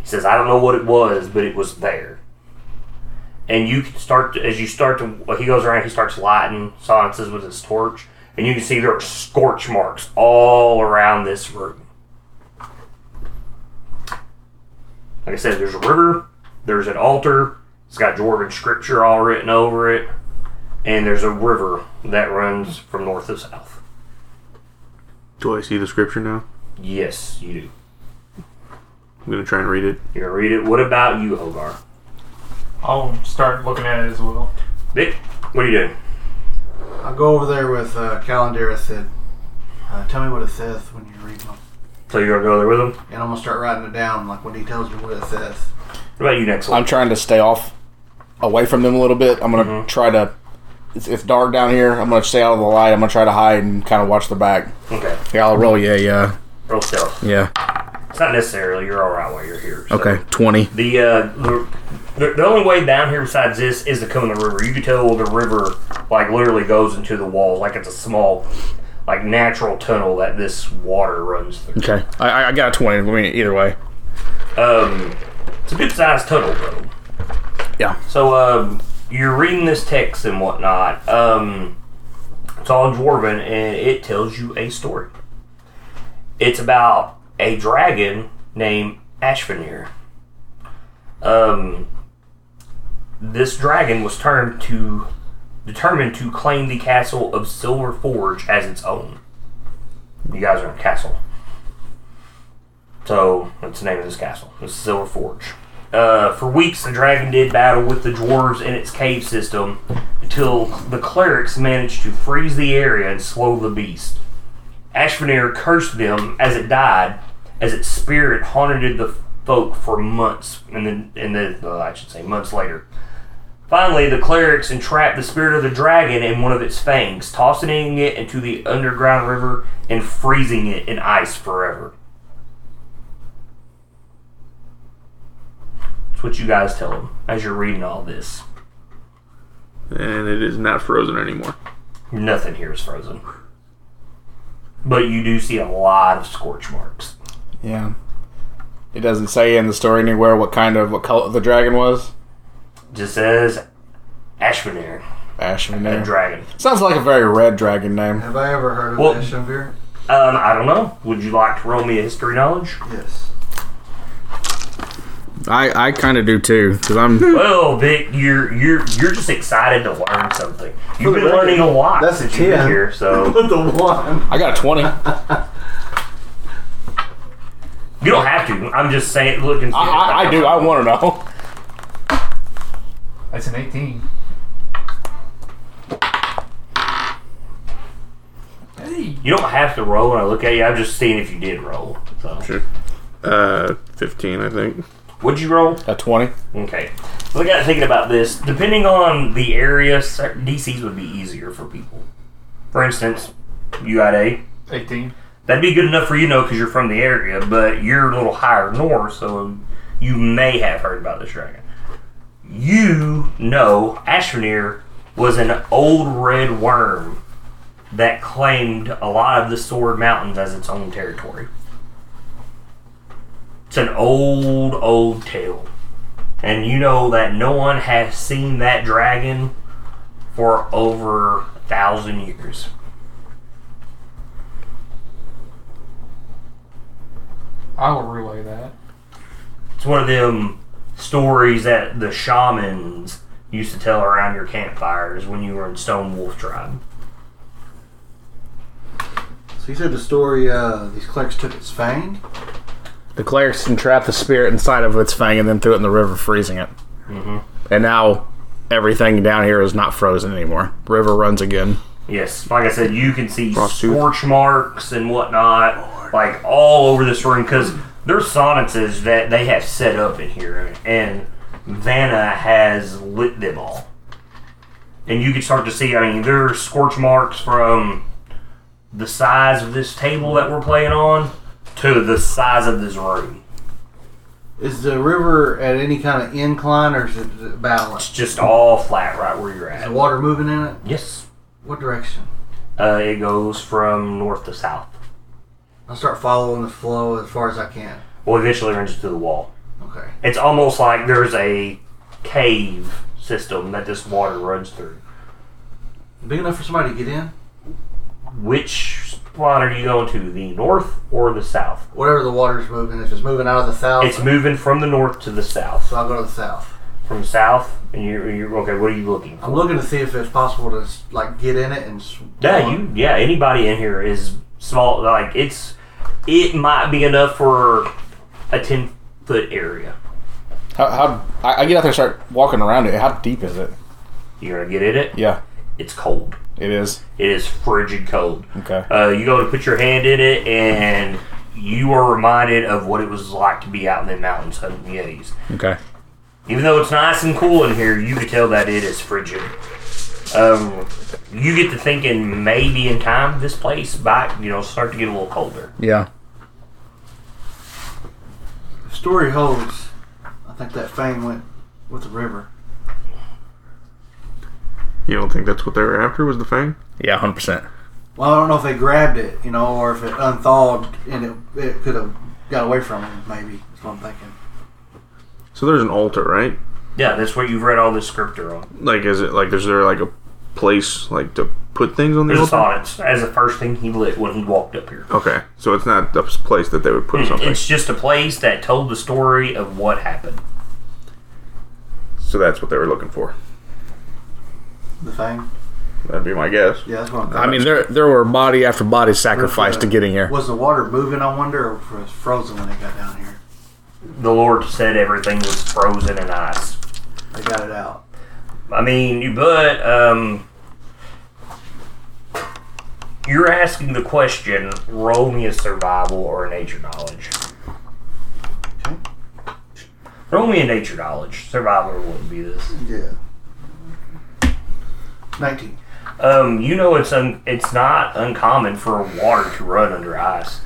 A: He says, I don't know what it was, but it was there. And you can start to, as you start to, well, he goes around, he starts lighting sciences with his torch, and you can see there are scorch marks all around this room. Like I said, there's a river, there's an altar, it's got Jordan scripture all written over it, and there's a river that runs from north to south.
E: Do I see the scripture now?
A: Yes, you do.
E: I'm gonna try and read it.
A: You're gonna read it. What about you, Hogar?
D: I'll start looking at it as well.
A: Vic, what are you doing?
B: I'll go over there with uh, Calendarith and uh, tell me what it says when you read them.
A: So you're gonna go there with him?
B: And I'm going to start writing it down like when he tells me what it says.
A: What about you next one?
C: I'm trying to stay off away from them a little bit. I'm gonna try to. It's, it's dark down here. I'm gonna stay out of the light. I'm gonna try to hide and kind of watch the back.
A: Okay.
C: Yeah, I'll roll. Yeah, yeah,
A: Roll stealth.
C: yeah.
A: It's not necessarily you're all right while you're here. so.
C: Okay, twenty.
A: The, uh, the the the only way down here besides this is to come in the river. You can tell the river like literally goes into the wall, like it's a small, like natural tunnel that this water runs through.
C: Okay, I- I, I got a twenty. I mean, either way.
A: Um, it's a good sized tunnel though.
C: Yeah.
A: So um, you're reading this text and whatnot. Um, it's all in Dwarven, and it tells you a story. It's about a dragon named Ashvenir. Um, this dragon was turned to determined to claim the castle of Silver Forge as its own. You guys are in a castle. So that's the name of this castle. It's Silver Forge. Uh, for weeks, the dragon did battle with the dwarves in its cave system until the clerics managed to freeze the area and slow the beast. Ashvenir cursed them as it died, as its spirit haunted the folk for months, and then, and then well, I should say, months later. Finally, the clerics entrapped the spirit of the dragon in one of its fangs, tossing it into the underground river and freezing it in ice forever. That's what you guys tell him as you're reading all this.
E: And it is not frozen anymore.
A: Nothing here is frozen. But you do see a lot of scorch marks.
C: Yeah. It doesn't say in the story anywhere what kind of what color the dragon was.
A: Just says Ashvenir,
C: Ashman
A: a
C: there.
A: dragon.
C: Sounds like a very red dragon name.
B: Have I ever heard of
A: Well-
B: well, Ashambir?
A: Um, I don't know. Would you like to roll me a history knowledge?
B: Yes.
C: I I kind of do too because I'm.
A: Well, Vic, you're you're you're just excited to learn something. You've
B: the
A: been
B: record,
A: learning a lot
B: that's a
A: since you've been
B: 10.
A: here, so
B: With the one.
C: I got a twenty. I,
A: you don't have to. I'm just saying. Looking.
C: I, I do. I want to know.
D: That's an 18. Hey.
A: You don't have to roll when I look at you. I'm just seeing if you did roll. So,
E: Sure. Uh, 15, I think.
A: would you roll?
C: A twenty.
A: Okay. So I got thinking about this. Depending on the area, certain DCs would be easier for people. For instance, you got A.
D: 18.
A: That'd be good enough for you to know because you're from the area, but you're a little higher north, so you may have heard about this dragon. You know Ashvenir was an old red worm that claimed a lot of the Sword Mountains as its own territory. It's an old, old tale. And you know that no one has seen that dragon for over a thousand years.
D: I will relay that.
A: It's one of them stories that the shamans used to tell around your campfires when you were in Stone Wolf Tribe.
B: So you said the story, uh, these clerks took its fang?
C: The clerics entrapped the spirit inside of its fang and then threw it in the river, freezing it. And now everything down here is not frozen anymore. River runs again.
A: Yes, like I said, you can see
E: Frostooth.
A: scorch marks and whatnot, like all over this room, because there's sonances that they have set up in here, and Vanna has lit them all. And you can start to see, I mean, there are scorch marks from the size of this table that we're playing on to the size of this room.
B: Is the river at any kind of incline or is it
A: It's
B: balanced?
A: just all flat right where you're
B: Is the
A: at.
B: water moving in it?
A: Yes.
B: What direction?
A: Uh, it goes from north to south.
B: I'll start following the flow as far as I can.
A: Well, eventually runs into the wall.
B: Okay.
A: it's almost like there's a cave system that this water runs through.
B: Big enough for somebody to get in?
A: Which spot are you going to, the north or the south?
B: Whatever the water's moving, if it's moving out of the south,
A: It's moving from the north to the south.
B: so I'll go to the south.
A: From south, and you're, you're okay. What are you looking for?
B: I'm looking to see if it's possible to like get in it and. s-
A: Yeah, you. Yeah, anybody in here is small. Like it's, it might be enough for a ten foot area.
C: How, how I, I get out there and start walking around it. How deep is it?
A: You're gonna get in it.
C: Yeah,
A: It's cold.
C: it is.
A: It is frigid cold.
C: Okay.
A: Uh, you go to put your hand in it, and you are reminded of what it was like to be out in the mountains hunting yetis.
C: Okay.
A: Even though it's nice and cool in here, you can tell that it is frigid. Um, you get to thinking maybe in time this place might, you know, start to get a little colder.
C: Yeah.
B: If story holds, I think that fame went with the river.
E: You don't think that's what they were after? Was the fang?
C: Yeah, hundred percent.
B: Well, I don't know if they grabbed it, you know, or if it unthawed and it it could have got away from them. Maybe that's what I'm thinking.
E: So there's an altar, right?
A: Yeah, that's what you've read all this scripture on.
E: Like, is it like is there like a place like to put things on the
A: There's a
E: altar?
A: sonnets as the first thing he lit when he walked up here. Hmm,
E: Okay, so it's not a place that they would put something.
A: It's just a place that told the story of what happened.
E: so that's what they were looking for.
B: The fame.
E: That'd be my guess.
B: Yeah, that's what I'm
C: I
B: thinking.
C: mean, there there were body after body sacrificed to getting here.
B: Was the water moving? I wonder, or was it frozen when it got down here?
A: The Lord said everything was frozen in ice.
B: They got it out.
A: I mean, you but um, you're asking the question. Roll me a survival or a nature knowledge.
B: Okay.
A: Roll me a nature knowledge. Survival wouldn't be this.
B: Yeah. Nineteen.
A: Um, you know it's un- it's not uncommon for water to run under ice.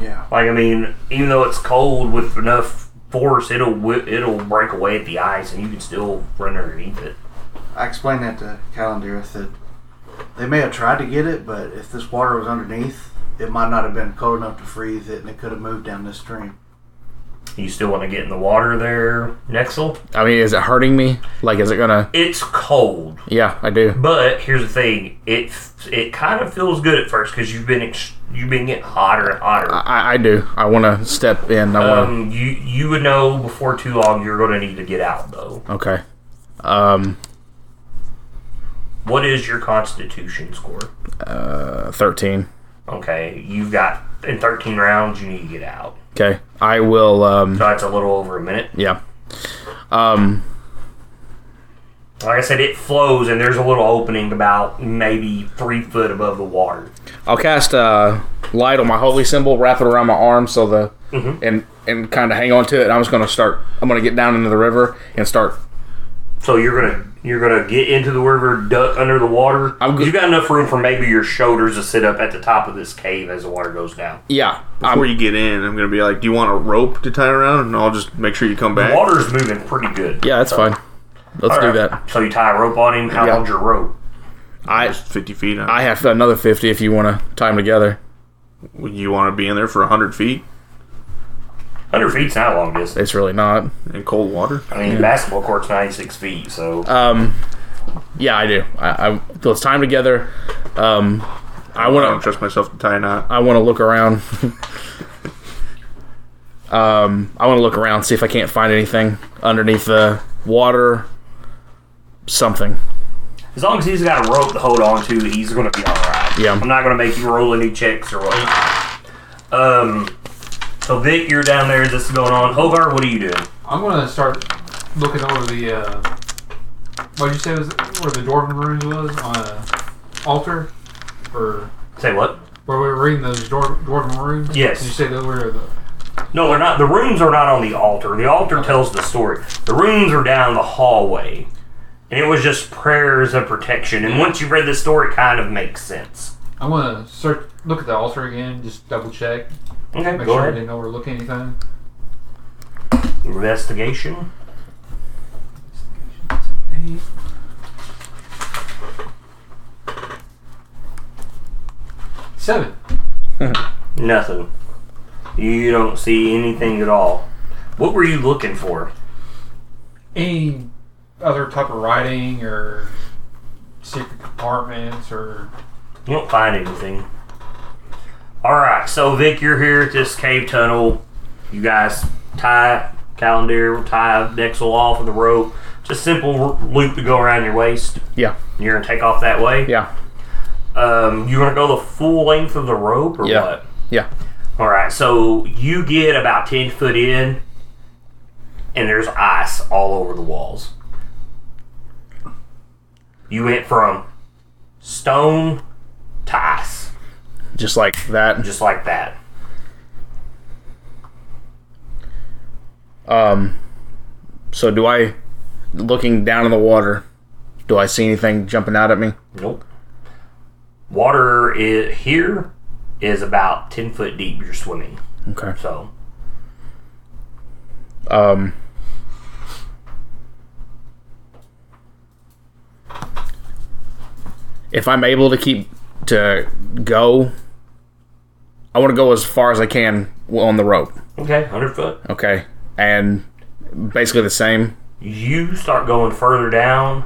B: Yeah.
A: Like I mean, even though it's cold with enough force, it'll wi- it'll break away at the ice, and you can still run underneath it.
B: I explained that to Calendar. I said they may have tried to get it, but if this water was underneath, it might not have been cold enough to freeze it, and it could have moved down this stream.
A: You still want to get in the water there, Nexel?
C: I mean, is it hurting me? Like, is it gonna?
A: It's cold.
C: Yeah, I do.
A: But here's the thing: it it kind of feels good at first because you've been ex- you've been getting hotter and hotter.
C: I, I do. I want to step in. I want to.
A: Um, you you would know before too long you're going to need to get out though.
C: okay. Um,
A: What is your Constitution score?
C: uh, thirteen.
A: Okay, you've got in 13 rounds you need to get out.
C: Okay. I will. Um,
A: So that's a little over a minute.
C: yeah. Um,
A: Like I said, it flows and there's a little opening about maybe three foot above the water.
C: I'll cast uh, light on my holy symbol, wrap it around my arm, so the
E: Mm-hmm.
C: and and kind of hang on to it. I'm just gonna start. I'm gonna get down into the river and start.
A: So you're gonna you're gonna get into the river, duck under the water.
C: I'm go-
A: you got enough room for maybe your shoulders to sit up at the top of this cave as the water goes down.
C: Yeah. I'm-
E: Before you get in, I'm gonna be like, "Do you want a rope to tie around?" And I'll just make sure you come
A: The
E: back.
A: water's moving pretty good.
C: yeah, that's fine. Let's do that.
A: So you tie a rope on him. How
C: Yeah.
A: long's your rope?
C: I
E: Just 50 feet.
C: I have another fifty if you want to tie them together.
E: you want to be in there for 100 feet
A: 100 feet's not a long distance.
C: It's really not.
E: in cold water.
A: I mean, basketball court's 96 feet, so
C: Um, yeah, I do. I, I let's tie them together. Um, I
E: I don't
C: want to.
E: trust myself to tie a knot.
C: I want to look around. Um, I want to look around see if I can't find anything underneath the water. Something.
A: As long as he's got a rope to hold on to, he's going to be all right.
C: Yeah.
A: I'm not going to make you roll any checks or what. Um. So Vic, you're down there. This is going on. Hogar, what are you doing?
D: I'm gonna start looking over the. Uh, what did you say was where the dwarven runes was on a altar, or
A: Say what?
D: where we were reading those dwar- dwarven runes?
A: Yes.
D: Did you say that were the?
A: No, they're not. The runes are not on the altar. The altar tells the story. The runes are down the hallway, and it was just prayers of protection. And once you read the story, it kind of makes sense.
D: I'm gonna search, look at the altar again, just double check,
A: Okay,
D: make
A: go
D: sure I
A: ahead.
D: didn't overlook anything.
A: Investigation.
D: Eight. Seven.
A: Nothing. You don't see anything at all. What were you looking for?
D: Any other type of writing or secret compartments or
A: You don't find anything. Alright, so Vic, you're here at this cave tunnel. You guys tie calendar, tie Dexel off of the rope. Just simple r- loop to go around your waist.
C: Yeah.
A: You're gonna take off that way.
C: Yeah.
A: Um, you're gonna go the full length of the rope or
C: Yeah.
A: what?
C: Yeah.
A: Alright, so you get about ten foot in and there's ice all over the walls. You went from stone to ice.
C: Just like that.
A: just like that.
C: Um. So do I? Looking down in the water, do I see anything jumping out at me?
A: Nope. Water is, here is about 10 foot deep. You're swimming.
C: Okay.
A: So,
C: Um. If I'm able to keep to go, I want to go as far as I can on the rope.
A: okay, 100 foot.
C: Okay, and basically the same.
A: You start going further down,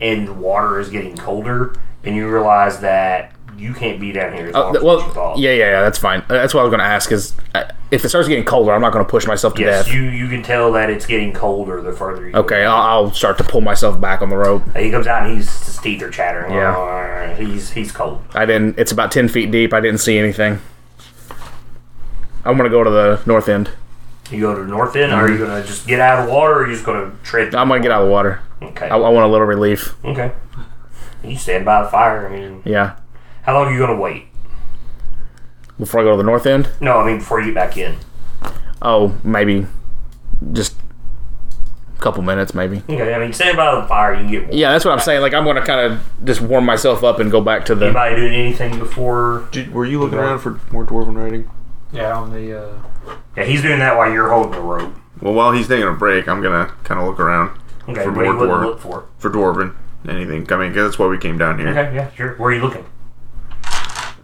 A: and the water is getting colder, and you realize that you can't be down here as
C: Uh,
A: long
C: th-
A: as you
C: well,
A: thought.
C: yeah, yeah, yeah. That's fine. Uh, That's what I was going to ask. Is uh, if it starts getting colder, I'm not going to push myself to
A: Yes,
C: death.
A: you, you can tell that it's getting colder the further you go.
C: okay, I'll, I'll start to pull myself back on the rope.
A: He comes out and he's, his teeth are chattering.
C: Yeah.
A: He's, he's cold.
C: I didn't. It's about ten feet deep. I didn't see anything. I'm going to go to the north end.
A: You go to the north end, are you going to just get out of the water, or are you just going to tread?
C: Mm-hmm. I'm going to get out of the water.
A: Okay.
C: I, I want a little relief.
A: Okay. You stand by the fire. I mean,
C: Yeah.
A: how long are you gonna wait?
C: Before I go to the north end?
A: No, I mean before you get back in.
C: Oh, maybe just a couple minutes, maybe.
A: Okay. I mean, stand by the fire. You can get.
C: Yeah, that's what I'm saying. Like, I'm going to kind of just warm myself up and go back to the.
A: Anybody doing anything before?
E: Did, were you looking around for more dwarven writing?
D: yeah on the uh,
A: Yeah, he's doing that while you're holding the rope.
E: Well, while he's taking a break, I'm gonna kind of look around
A: Okay.
E: For
A: Where you
E: more
A: looking
E: dwarf.
A: look for?
E: for dwarven anything. I mean, 'cause that's why we came down here.
A: Okay. Yeah. Sure. Where are you looking?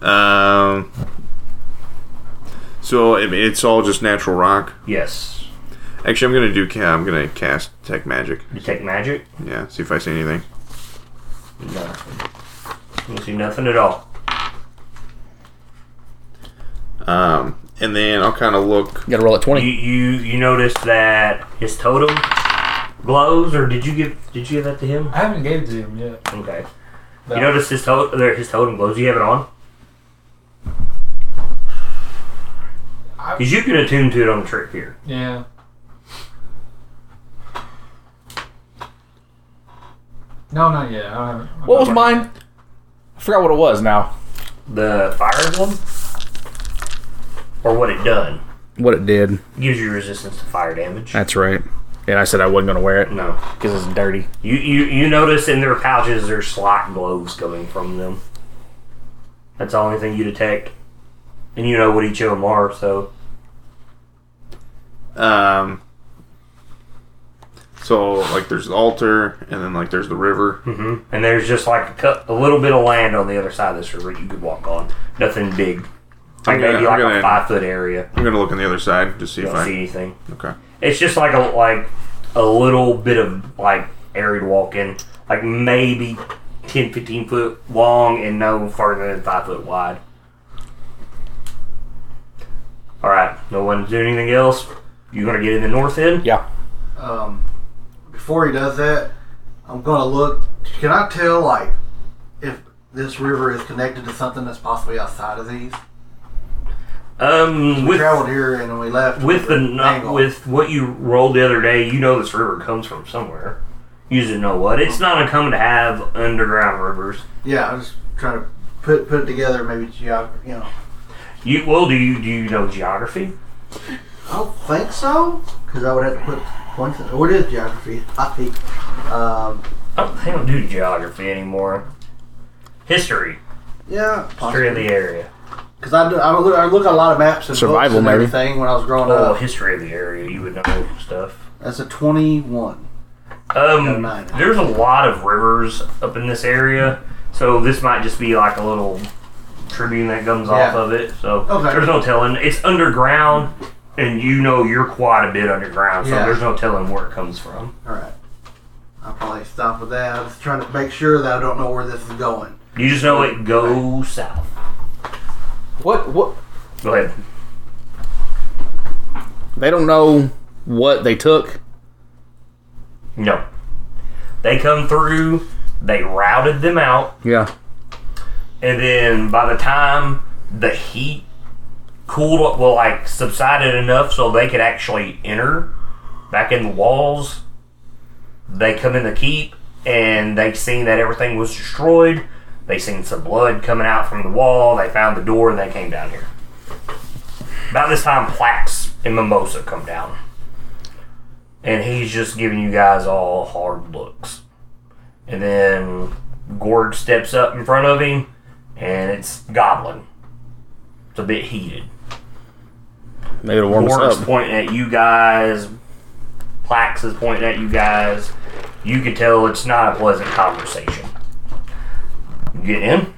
E: Um. So I mean, it's all just natural rock.
A: Yes.
E: Actually, I'm gonna do. ca- I'm gonna cast tech magic.
A: Detect magic.
E: Yeah, see if I see anything.
A: No. You see nothing at all.
E: Um, and then I'll kind of look.
C: Got to roll at
A: You
C: 20.
A: you you notice that his totem glows, or did you give did you give that to him?
D: I haven't gave it to him yet.
A: Okay.
D: but
A: You notice his to- there- his totem glows. You have it on.
D: I-
A: Because you can attune to it on the trip here.
D: Yeah. No, not yet. I don't have
C: What was mine? I forgot what it was now.
A: the fire emblem or what it done
C: What it did.
A: gives you resistance to fire damage
C: That's right. And I said I wasn't going to wear it
A: no
C: because it's dirty.
A: you, you you notice in their pouches there's slot globes coming from them that's the only thing you detect and you know what each of them are so
E: Um. So like, there's the altar, and then like, there's the river.
A: hmm and there's just like a, cup, a little bit of land on the other side of this river you could walk on nothing big like
E: I'm gonna-
A: maybe like
E: I'm
A: a
E: gonna-
A: five foot area
E: I'm gonna look on the other side to see
A: you
E: if
A: don't
E: I.
A: see anything
E: Okay.
A: It's just like a like a little bit of like area to walk in, like maybe 10, 15 foot long and no further than five foot wide. All right, No one's doing anything else. You gonna get in the north end?
C: Yeah.
B: Um, before he does that, I'm gonna look. Can I tell like if this river is connected to something that's possibly outside of these?
A: Um,
B: We
A: with
B: traveled here and then we left
A: with the
B: an
A: not,
B: angle.
A: with what you rolled the other day, you know this river comes from somewhere. You just know what. It's not uncommon to have underground rivers.
B: yeah. I'm just trying to put put it together. Maybe geography. You know,
A: You well, do you do you know geography?
B: I don't think so because I would have to put points. In, what is geography? I think. Um,
A: I don't, Oh, they don't do geography anymore. History,
B: yeah,
A: history of the area.
B: Because I, do- I, look, I look at a lot of maps and books
C: Survival,
B: and
C: maybe.
B: everything when I was growing
A: Oh,
B: up.
A: history of the area. You would know stuff.
B: That's a twenty-one.
A: Um,
B: mine.
A: there's a lot of rivers up in this area, so this might just be like a little tribune that comes off
B: Yeah.
A: of it. So
B: Okay.
A: there's no telling. It's underground, and you know you're quite a bit underground, so
B: Yeah.
A: there's no telling where it comes from.
B: All right. I'll probably stop with that. I was trying to make sure that I don't know where this is going.
A: You just know it goes south.
C: What what
A: Go ahead.
C: they don't know what they took.
A: No, they come through. They routed them out.
C: Yeah.
A: and then by the time the heat cooled up, well, like subsided enough so they could actually enter back in the walls, they come in the keep and they seen that everything was destroyed. They seen some blood coming out from the wall. They found the door and they came down here. About this time, Plax and Mimosa come down. And he's just giving you guys all hard looks. And then Gorg steps up in front of him, and it's Goblin. It's a bit heated.
C: Maybe it'll warm
A: Gorg's
C: us up.
A: pointing at you guys. Plax is pointing at you guys. You can tell it's not a pleasant conversation. You get in.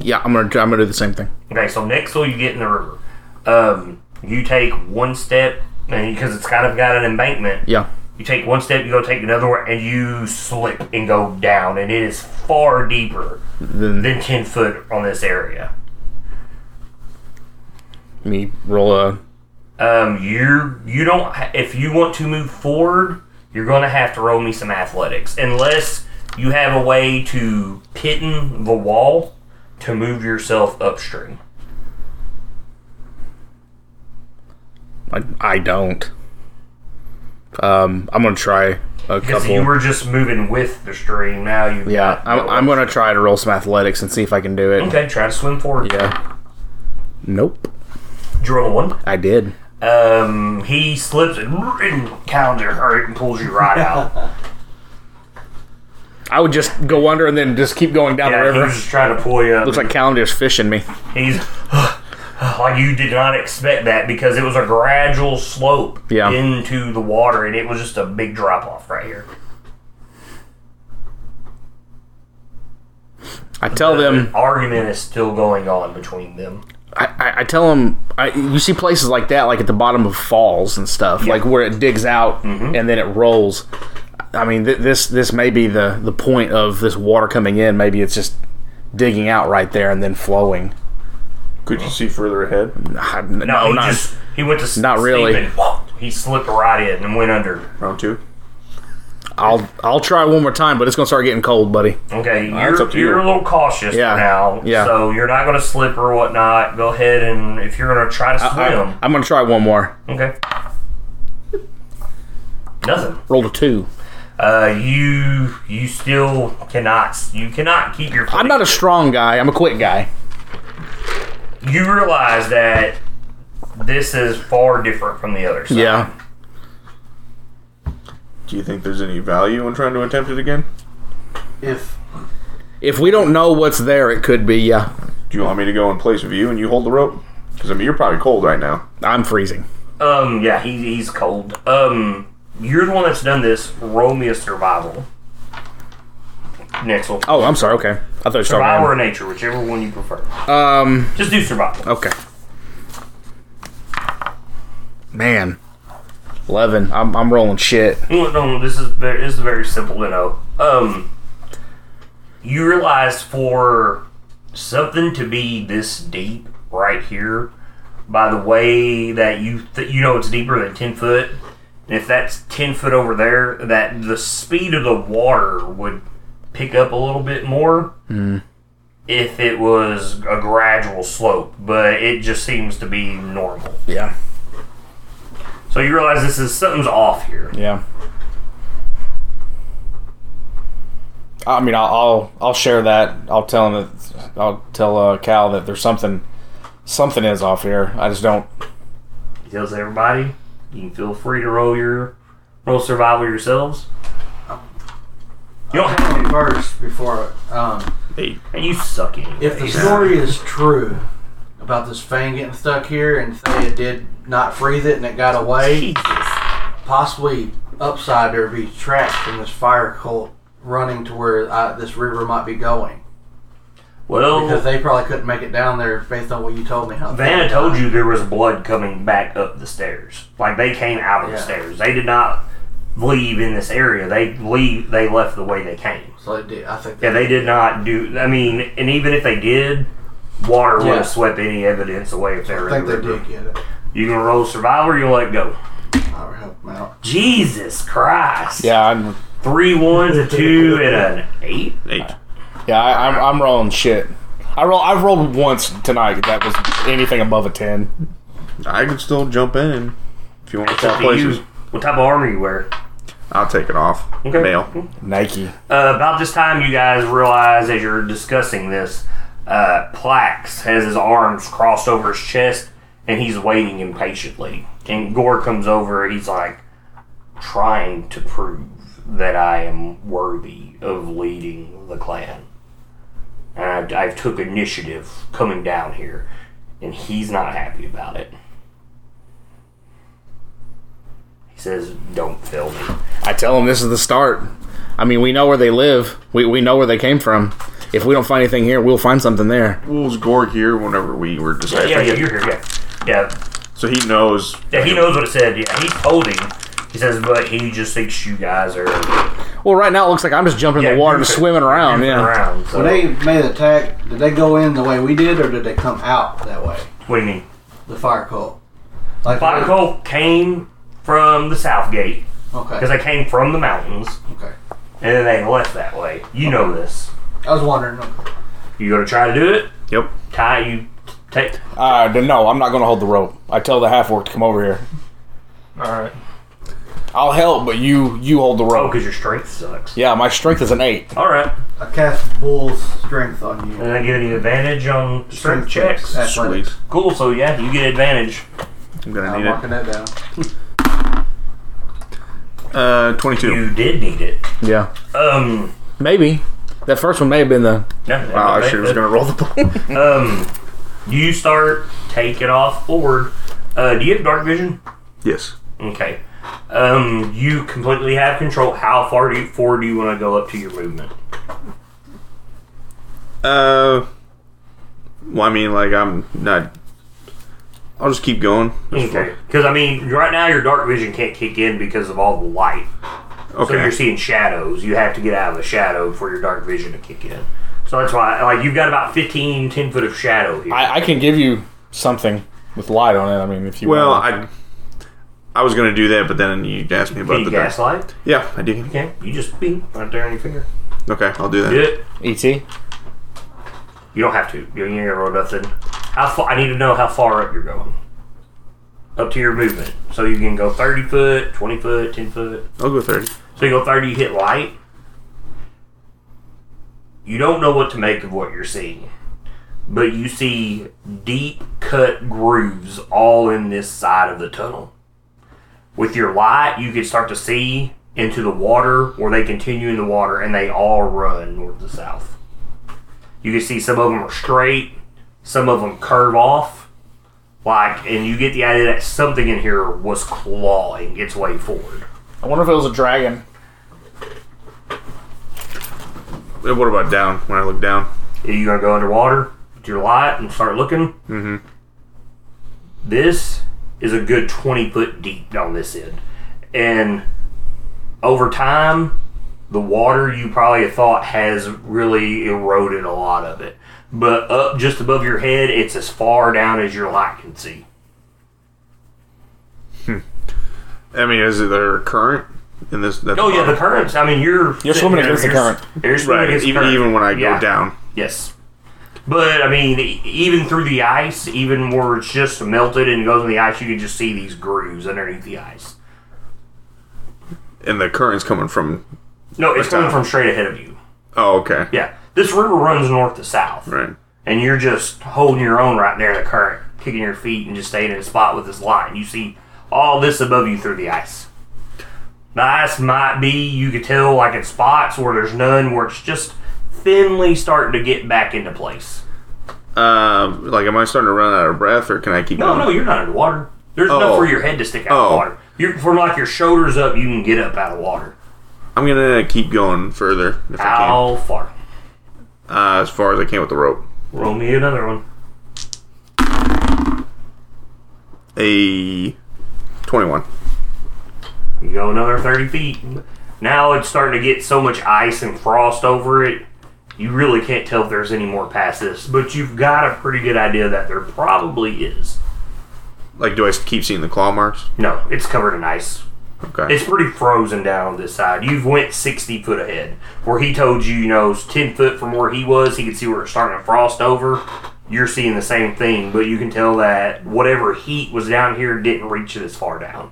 C: Yeah, I'm gonna I'm gonna do the same thing.
A: Okay, so next will you get in the river. Um, you take one step, and because it's kind of got an embankment,
C: Yeah.
A: you take one step, you go take another one, and you slip and go down, and it is far deeper
C: Then
A: than ten foot on this area.
C: me roll a
A: Um, you you don't. ha- If you want to move forward, you're going to have to roll me some athletics, unless you have a way to pitten the wall to move yourself upstream.
C: I, I don't. Um, I'm gonna try a
A: Because
C: couple.
A: you were just moving with the stream. Now you
C: yeah, I'm, I'm gonna try to roll some athletics and see if I can do it.
A: Okay, try to swim forward.
C: Yeah. Nope.
A: Did you roll a one.
C: I did.
A: Um, he slips and, and calendar hurt and pulls you right out.
C: I would just go under and then just keep going down the
A: yeah, he
C: river.
A: was just trying to pull you up.
C: Looks like Calendar's fishing me.
A: He's like you did not expect that because it was a gradual slope
C: Yeah.
A: into the water, and it was just a big drop off right here.
C: I tell them.
A: Argument is still going on between them.
C: I, I, I tell them. I, you see places like that, like at the bottom of falls and stuff, like where it digs out
A: Mm-hmm.
C: and then it rolls. I mean, th- this this may be the the point of this water coming in. Maybe it's just digging out right there and then flowing.
E: Could you see further ahead?
C: I-
A: No,
C: no,
A: he
C: not
A: just he went to s-
C: Not really.
A: sleep and whoop, he slipped right in and went under.
E: Round two.
C: I'll I'll try one more time, but it's gonna start getting cold, buddy.
A: Okay,
E: that's
A: you're,
E: up to
A: you're a
E: you.
A: little cautious
C: Yeah,
A: now,
C: yeah.
A: so you're not going to slip or whatnot. Go ahead and if you're going to try to
C: I,
A: swim,
C: I'm gonna try one more.
A: okay. Nothing.
C: Roll a two.
A: Uh, you you still cannot you cannot keep your.
C: I'm not a strong guy. I'm a quick guy.
A: you realize that this is far different from the other side.
C: Yeah.
E: Do you think there's any value in trying to attempt it again?
B: If
C: If we don't know what's there, it could be. Yeah,
E: Do you want me to go in place of you and you hold the rope? Because I mean, you're probably cold right now.
C: I'm freezing.
A: Um. Yeah. He, he's cold. Um. You're the one that's done this. Roll me a survival. Nixel.
C: Oh, I'm sorry. Okay, I thought you
A: Survival or
C: started.
A: nature, whichever one you prefer.
C: Um.
A: Just do survival.
C: Okay. Man, eleven. I'm I'm rolling shit.
A: No, no, this is very, this is very simple to know. Um, you realize for something to be this deep right here, by the way that you th- you know it's deeper than ten foot. And if that's ten foot over there, that the speed of the water would pick up a little bit more if it was a gradual slope. But it just seems to be normal.
C: Yeah.
A: So you realize this is something's off here.
C: Yeah. I mean, I'll I'll, I'll share that. I'll tell him that. I'll tell uh, Cal that there's something, something is off here. I just don't.
A: He tells everybody, you can feel free to roll your roll survival yourselves. You don't have to.
B: First, before um,
E: Hey,
A: And you suck anyway.
B: if the story is true about this fang getting stuck here and Thea did not breathe it and it got away, possibly upside there be tracks from this fire cult running to where uh this river might be going. Because
A: Well,
B: they probably couldn't make it down there based on what you told me. How
A: Vanna told you there was blood coming back up the stairs. Like they came out of the
B: Yeah.
A: stairs. They did not leave in this area. They leave. They left the way they came.
B: So they did. I think
A: Yeah, they did not do. I mean, and even if they did, water would
B: Yeah.
A: have swept any evidence away if they were
B: I think
A: in the
B: they
A: river.
B: did get it.
A: You can roll survival. or You let go.
B: I'll help them out.
A: Jesus Christ.
C: Yeah, I'm.
A: Three ones, a two, and an eight.
E: eight.
C: Yeah, I, I'm I'm rolling shit. I roll. I've rolled once tonight. That was anything above a ten.
E: I could still jump in if you want to
A: It's up
E: swap
A: to
E: places.
A: you. What type of armor you wear?
E: I'll take it off.
A: Okay.
E: Mail.
C: Nike.
A: Uh, about this time, you guys realize as you're discussing this, uh, Plax has his arms crossed over his chest and he's waiting impatiently. And Gore comes over. He's like, trying to prove that I am worthy of leading the clan. And I, I took initiative coming down here, and he's not happy about it. He says, "Don't fail me."
C: I tell him this is the start. I mean, we know where they live. We we know where they came from. If we don't find anything here, we'll find something there.
E: Wolves Gorg here whenever we were deciding.
A: Yeah, yeah, you're here. Yeah, yeah.
E: So he knows.
A: Yeah, he knows what it said. Yeah, he told him. He says, but he just thinks you guys are
C: Well, right now it looks like I'm just jumping in
A: Yeah,
C: the water,
A: you're-
C: just swimming around.
A: goofing
C: Yeah.
A: around. So,
B: When they made the attack, did they go in the way we did, or did they come out that way?
A: what do you mean?
B: The fire cult. Like
A: Black Hole came from the south gate because
B: Okay.
A: they came from the mountains
B: Okay.
A: and then they left that way. You know this.
B: I was wondering. Okay.
A: You gonna try to do it?
E: Yep.
A: Ty, you take.
C: Uh, no, I'm not going to hold the rope. I tell the half orc to come over here.
D: All right.
C: I'll help, but you you hold the
A: Oh,
C: rope.
A: because your strength sucks.
C: Yeah, my strength is an eight.
A: All right,
B: I cast bull's strength on you.
A: and I give you advantage on strength checks.
B: Athletics.
E: Sweet.
A: Cool. So yeah, you get advantage.
E: I'm gonna
B: I'm
E: need
B: marking
E: it.
B: that down.
E: Uh, twenty-two.
A: You did need it.
C: Yeah,
A: Um.
C: maybe that first one may have been the.
A: No,
E: Wow, I sure was gonna roll the ball.
A: Um, you start taking off forward. Uh, do you have dark vision?
E: yes.
A: Okay. Um, you completely have control. How far do you, forward do you want to go up to your movement?
E: Uh, well, I mean, like I'm not. I'll just keep going. That's
A: Okay. Because I mean, right now your dark vision can't kick in because of all the light.
E: fine.
A: So you're
E: Okay.
A: seeing shadows. You have to get out of the shadow for your dark vision to kick in. So that's why, like, you've got about 15, 10 foot of shadow here.
C: I, I can give you something with light on it. I mean, if you
E: well,
C: want.
E: I. I was gonna do that, but then you asked me about
A: Can you
E: the
A: gaslight?
E: Yeah, I do.
A: Okay. You just be right there on your finger.
E: Okay, I'll do that.
A: Do it.
C: Et.
A: You don't have to. You ain't gonna roll nothing. How far? I need to know how far up you're going. Up to your movement, so you can go thirty foot, twenty foot, ten foot.
E: I'll go thirty.
A: So you go thirty, you hit light. You don't know what to make of what you're seeing, but you see deep cut grooves all in this side of the tunnel. With your light, you can start to see into the water, or they continue in the water, and they all run north to south. You can see some of them are straight, some of them curve off. Like, and you get the idea that something in here was clawing its way forward.
C: I wonder if it was a dragon.
E: Uh, What about down? When I look down,
A: Are you gonna go underwater with your light and start looking? Mm-hmm. This is a good twenty foot deep on this end, and over time, the water you probably thought has really eroded a lot of it. But up just above your head, it's as far down as your light can see.
E: I mean, is it their current? In this, that's
A: Oh yeah,
E: fine.
A: the currents. I mean, you're
F: You're swimming
A: sitting
F: against the
A: there, you're-
F: current.
A: You're swimming
E: right.
A: against the
E: Even
A: current.
E: even when I
A: Yeah.
E: go down,
A: Yes. But I mean, e- even through the ice, even where it's just melted and goes in the ice, you can just see these grooves underneath the ice.
E: and the current's coming from.
A: No, it's
E: Like
A: coming
E: uh, that.
A: from straight ahead of you.
E: Oh, okay.
A: Yeah, this river runs north to south,
E: Right.
A: and you're just holding your own right there in the current, kicking your feet, and just staying in a spot with this line. You see all this above you through the ice. The ice might be you could tell like in spots where there's none, where it's just thinly starting to get back into place.
E: Um, like, am I starting to run out of breath, or can I keep?
A: No,
E: going?
A: no, you're not underwater. There's
E: Oh.
A: enough for your head to stick out
E: Oh.
A: of water. You're, from like your shoulders up, you can get up out of water.
E: I'm gonna keep going further if I
A: How far?
E: can, uh, as far as I can with the rope.
A: Roll me another one.
E: A twenty-one.
A: You go another 30 feet. Now it's starting to get so much ice and frost over it, you really can't tell if there's any more past this. But you've got a pretty good idea that there probably is.
E: Like, do I keep seeing the claw marks?
A: No, it's covered in ice.
E: Okay.
A: It's pretty frozen down on this side. You've went 60 foot ahead. Where he told you, you know, it's 10 foot from where he was, he could see where it's starting to frost over. You're seeing the same thing, but you can tell that whatever heat was down here didn't reach this far down.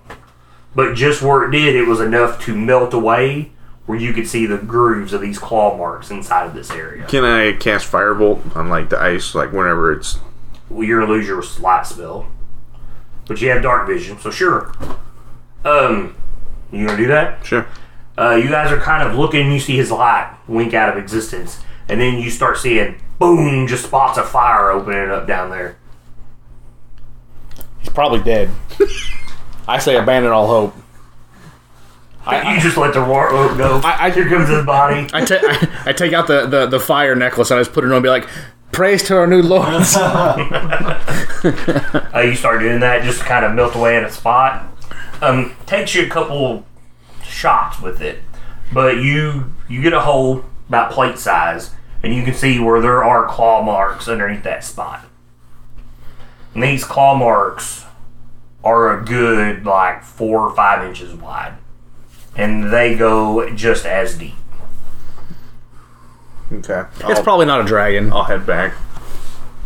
A: But just where it did, it was enough to melt away where you could see the grooves of these claw marks inside of this area.
E: Can I cast firebolt on like the ice, like whenever it's?
A: Well, you're gonna lose your light spell, but you have dark vision, so sure. Um, you gonna do that?
E: Sure.
A: Uh, you guys are kind of looking. You see his light wink out of existence, and then you start seeing boom, just spots of fire opening up down there.
F: He's probably dead. I say abandon all hope.
A: you just let the war oh, go.
C: I- I-
A: Here comes his body.
C: I, ta- I, I take out the, the, the fire necklace and I just put it on and be like, praise to our new Lord.
A: Uh, you start doing that, just kind of melt away at a spot. Um, takes you a couple shots with it, but you you get a hole about plate size, and you can see where there are claw marks underneath that spot. And these claw marks are a good like four or five inches wide, and they go just as deep.
E: Okay.
C: it's
E: I'll-
C: probably not a dragon.
E: I'll head back.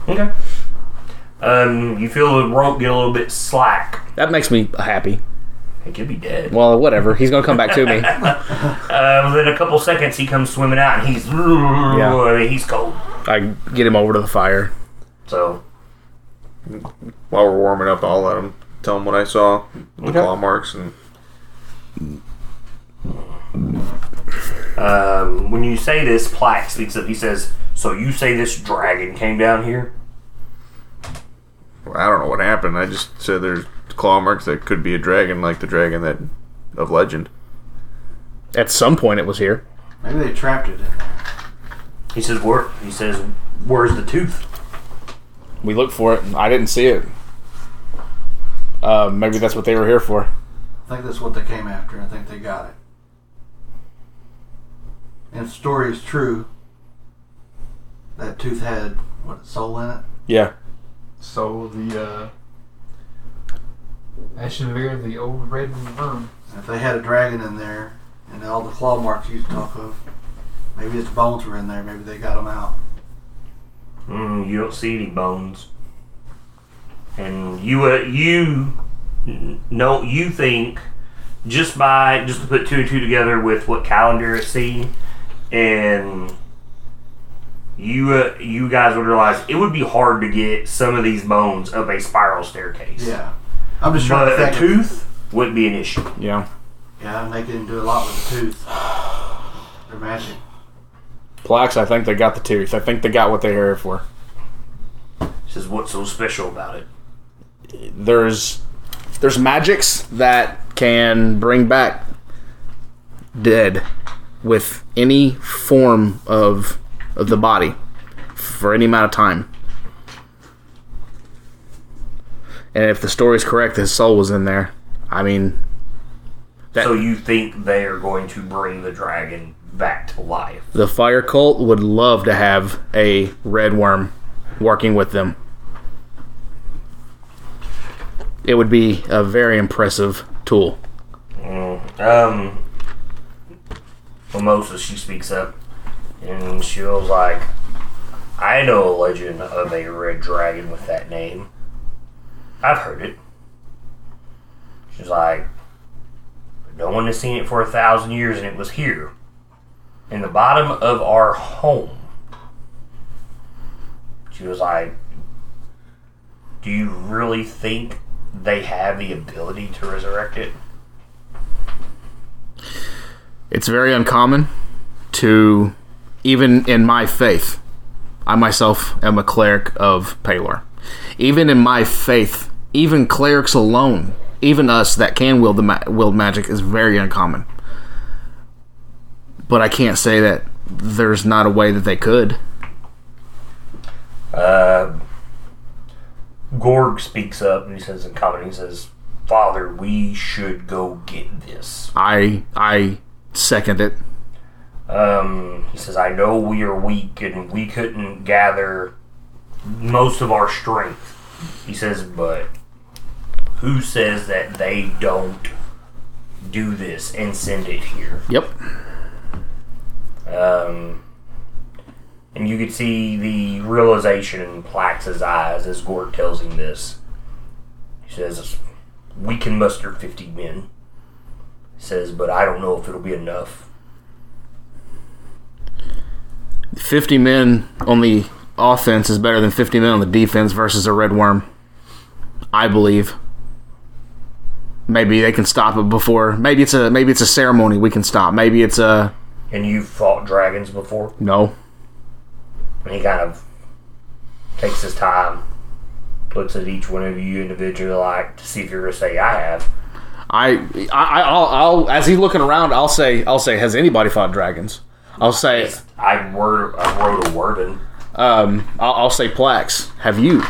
A: Okay. Um, you feel the rope get a little bit slack.
C: That makes me happy.
A: It could be dead.
C: Well, whatever. He's going to come back to me.
A: Uh, within a couple seconds, he comes swimming out, and he's I mean, he's cold.
C: I get him over to the fire.
A: So
E: While we're warming up, I'll let him tell him what I saw, the claw marks, and
A: um, when you say this, Plaque speaks up. He says, "So you say this dragon came down here?
E: I don't know what happened. I just said there's claw marks that could be a dragon, like the dragon that of legend.
C: At some point, it was here.
B: Maybe they trapped it in there.
A: He says, "Where?" He says, "Where's the tooth?"
F: We looked for it. I didn't see it. Uh, maybe that's what they were here for.
B: I think that's what they came after. I think they got it. And if the story is true, that tooth had what a soul in it.
F: Yeah.
D: So the uh, Ashen Bear, the old red worm.
B: And if they had a dragon in there, and all the claw marks you talk of, maybe its bones were in there. Maybe they got them out.
A: Mm, you don't see any bones, and you uh, you n- know you think just by just to put two and two together with what calendar is seeing, and you uh, you guys would realize it would be hard to get some of these bones up a spiral staircase.
B: Yeah, I'm just trying
A: but
B: to
A: a
B: think. of-
A: tooth wouldn't be an issue.
F: Yeah.
B: Yeah, they can do a lot with the tooth. They're magic.
F: Plax, I think they got the tooth. I think they got what they were here for.
A: Says what's so special about it?
C: There's there's magics that can bring back dead with any form of, of the body for any amount of time. And if the story's correct, his soul was in there. I mean, That-
A: so you think they are going to bring the dragon back to life?
C: the fire cult would love to have a red worm working with them. it would be a very impressive tool.
A: Mm, Um, Mimosa, she speaks up and she was like, I know a legend of a red dragon with that name. I've heard it. She's like, no one has seen it for a thousand years and it was here. In the bottom of our home. She was like, Do you really think they have the ability to resurrect it?
C: It's very uncommon to, even in my faith, I myself am a cleric of Palor. Even in my faith, even clerics alone, even us that can wield the ma- wield magic is very uncommon. But I can't say that there's not a way that they could.
A: Uh, Gorg speaks up and he says in comedy, he says, Father, we should go get this.
C: I I second it.
A: Um, he says, I know we are weak and we couldn't gather most of our strength. He says, but who says that they don't do this and send it here?
C: Yep.
A: Um, and you could see the realization in Plax's eyes as Gort tells him this. He says, We can muster 50 men. He says, But I don't know if it'll be enough.
C: 50 men on the offense is better than 50 men on the defense versus a red worm. I believe. Maybe they can stop it before. Maybe it's a maybe it's a ceremony we can stop. Maybe it's a
A: And you've fought dragons before?
C: no.
A: And he kind of takes his time, looks at each one of you individually, like, to see if you're going to say, I have.
C: I I I'll, I'll as he's looking around, I'll say I'll say has anybody fought dragons? I'll say
A: I, word, I wrote a wordin.
C: um I'll, I'll say Plax, have you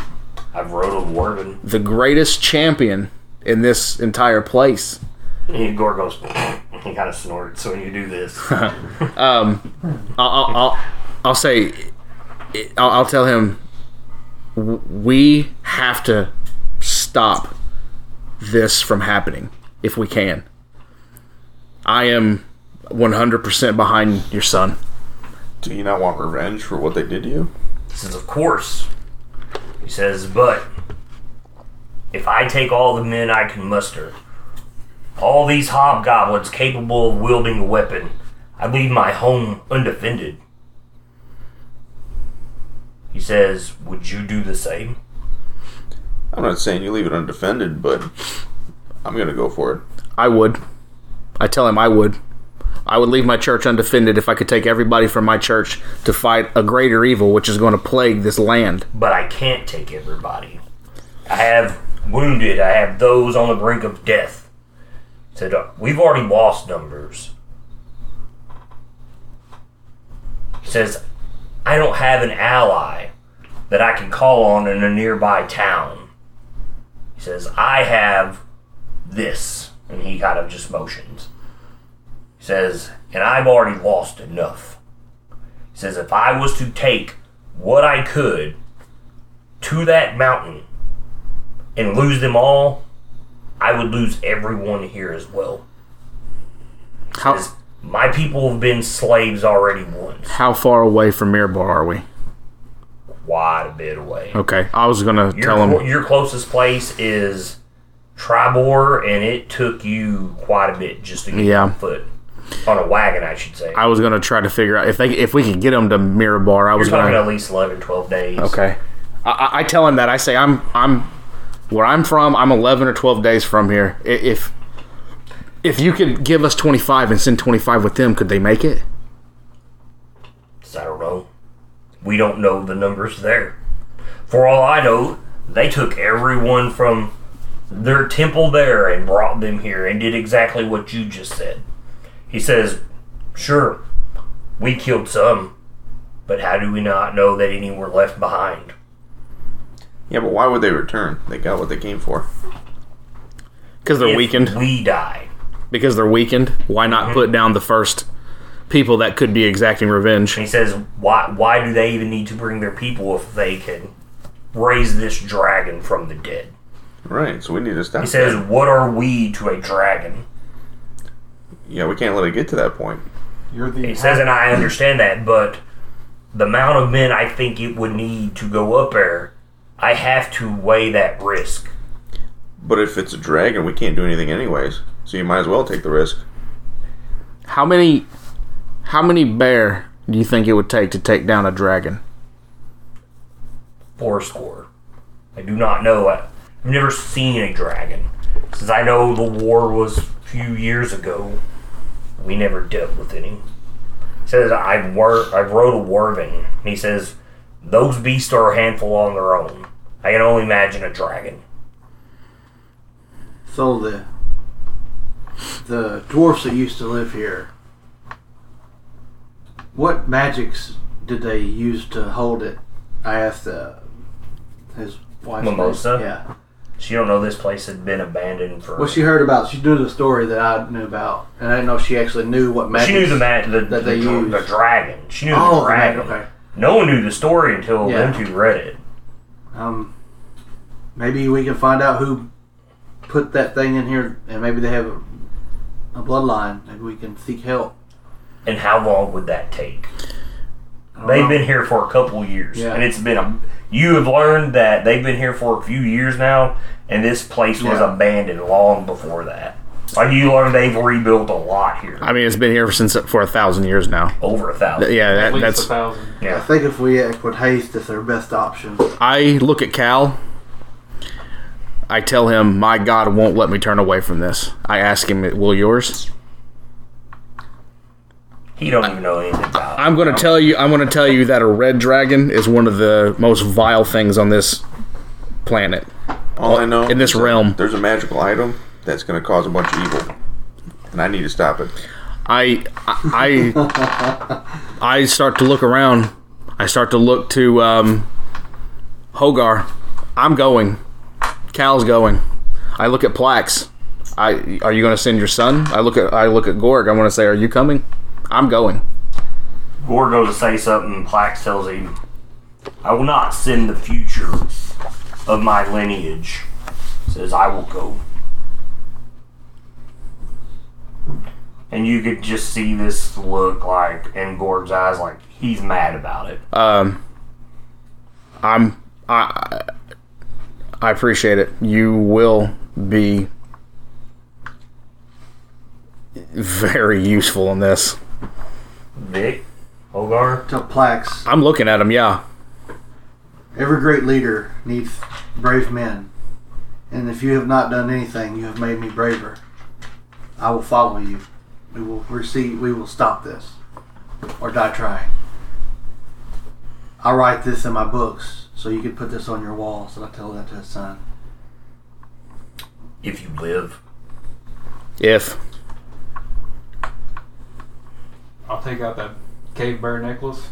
A: I wrote a wordin.
C: the greatest champion in this entire place?
A: And Gort goes, he kind of snorts when you do this.
C: I'll, I'll, I'll, I'll say, I'll, I'll tell him, w- we have to stop this from happening if we can. I am 100% behind your son.
E: Do you not want revenge for what they did to you?
A: He says, Of course. He says, But if I take all the men I can muster, all these hobgoblins capable of wielding a weapon, I leave my home undefended. He says, Would you do the same?
E: I'm not saying you leave it undefended, but I'm gonna go for it.
C: I would. I tell him I would. I would leave my church undefended if I could take everybody from my church to fight a greater evil which is going to plague this land.
A: But I can't take everybody. I have wounded, I have those on the brink of death. He said, We've already lost numbers. He says, I don't have an ally that I can call on in a nearby town. He says, I have this. And he kind of just motions. He says, and I've already lost enough. He says, if I was to take what I could to that mountain and lose them all, I would lose everyone here as well.
C: How,
A: Because my people have been slaves already once,
C: how far away from Mirabar are we?
A: quite a bit away.
C: Okay, I was going to
A: Your,
C: tell
A: clo-
C: him.
A: your closest place is Tribor, and it took you quite a bit just to get
C: Yeah.
A: on foot. On a wagon, I should say.
C: I was gonna try to figure out if they if we could get them to Mirabar. I was
A: You're talking
C: gonna
A: at least 11, 12 days.
C: okay. I- I, I tell him that I say I'm I'm where I'm from. I'm 11 or 12 days from here. I- If if you could give us 25 and send 25 with them, could they make it?
A: I don't know. We don't know the numbers there. For all I know, they took everyone from their temple there and brought them here and did exactly what you just said. He says, Sure, we killed some, but how do we not know that any were left behind?
E: Yeah, but why would they return? They got what they came for.
C: Because they're
A: If
C: weakened.
A: We die.
C: Because they're weakened. Why not put down the first people that could be exacting revenge?
A: And he says, Why why do they even need to bring their people if they can raise this dragon from the dead?
E: Right, so we need to stop.
A: He says,
E: that.
A: What are we to a dragon?
E: "Yeah, we can't let it get to that point."
D: You're the.
A: He says, and I understand that, but the amount of men I think it would need to go up there, I have to weigh that risk.
E: But if it's a dragon, we can't do anything anyways. So you might as well take the risk.
C: How many how many bear do you think it would take to take down a dragon?
A: Four score. I do not know. I- I've never seen a dragon. Since I know the war was a few years ago, we never dealt with any. He says, I've, wor- I've rode a Werven. And he says, Those beasts are a handful on their own. I can only imagine a dragon.
B: So the the dwarfs that used to live here, what magics did they use to hold it? I asked uh, his wife.
A: Mimosa?
B: Yeah.
A: She don't know this place had been abandoned for.
B: What she heard about, she knew the story that I knew about, and I didn't know if she actually knew what magic.
A: She knew the mat the,
B: that
A: the,
B: they
A: dra-
B: used.
A: the dragon. She knew
B: Oh,
A: the
B: the mag-
A: dragon.
B: okay.
A: No one knew the story until
B: Yeah.
A: them two read it.
B: Um, maybe we can find out who put that thing in here, and maybe they have a, a bloodline. Maybe we can seek help.
A: And how long would that take?
B: I don't
A: They've
B: know.
A: been here for a couple years,
B: Yeah.
A: and it's been a. You have learned that they've been here for a few years now, and this place was
B: Yeah.
A: abandoned long before that. Like you learned, they've rebuilt a lot here,
C: I mean, it's been here since for a thousand years now.
A: over a thousand.
C: Yeah,
D: At
C: that,
D: least
C: that's.
D: a thousand.
B: I
A: Yeah,
B: think if we act with haste, it's our best option.
C: I look at Cal. I tell him, "My God won't let me turn away from this." I ask him, "Will yours?"
A: he don't even know anything about. it.
C: I'm going to tell you. I'm going to tell you that a red dragon is one of the most vile things on this planet.
E: All I know
C: in this
E: is that
C: realm.
E: there's a magical item that's going to cause a bunch of evil, and I need to stop it.
C: I I I start to look around. I start to look to um, Hogar. I'm going. Cal's going. I look at Plax. I are you going to send your son? I look at I look at Gorg. I want to say, are you coming? I'm going.
A: Gore goes to say something, Plax tells him, I will not send the future of my lineage. Says, I will go. And you could just see this look like in Gorg's eyes, like he's mad about it.
C: Um, I'm I I appreciate it. You will be very useful in this.
A: Vic, Hogar,
B: To Plax,
C: I'm looking at him. Yeah.
B: every great leader needs brave men, and if you have not done anything, you have made me braver. I will follow you. We will receive. We will stop this, or die trying. I write this in my books, so you can put this on your walls. And I tell that to his son.
A: if you live.
C: If
D: I'll take out that cave bear necklace.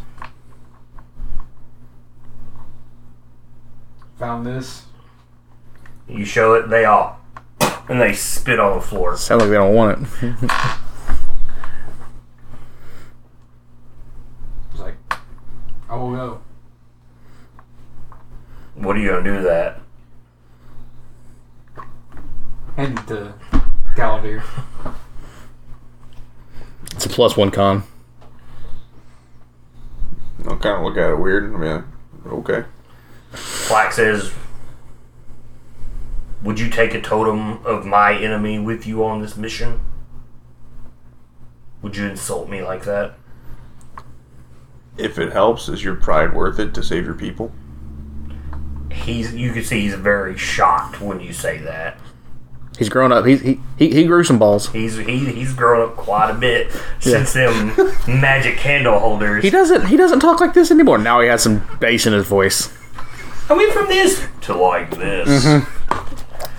D: Found this.
A: You show it, they all. And they spit on the floor.
C: Sound like they don't want it.
A: Mm-hmm.
D: I was like, I will go.
A: What are you gonna do with that?
D: Hand it to Caldeer.
C: It's a plus one con.
E: I'll kind of look at it weird. I mean, okay.
A: Plax says, Would you take a totem of my enemy with you on this mission? Would you insult me like that?
E: If it helps, is your pride worth it to save your people?
A: He's you can see he's very shocked when you say that.
C: He's grown up. He he he, he grew some balls.
A: He's he, he's grown up quite a bit since them magic candle holders.
C: He doesn't he doesn't talk like this anymore. Now he has some bass in his voice.
A: I went from this to like this.
C: Now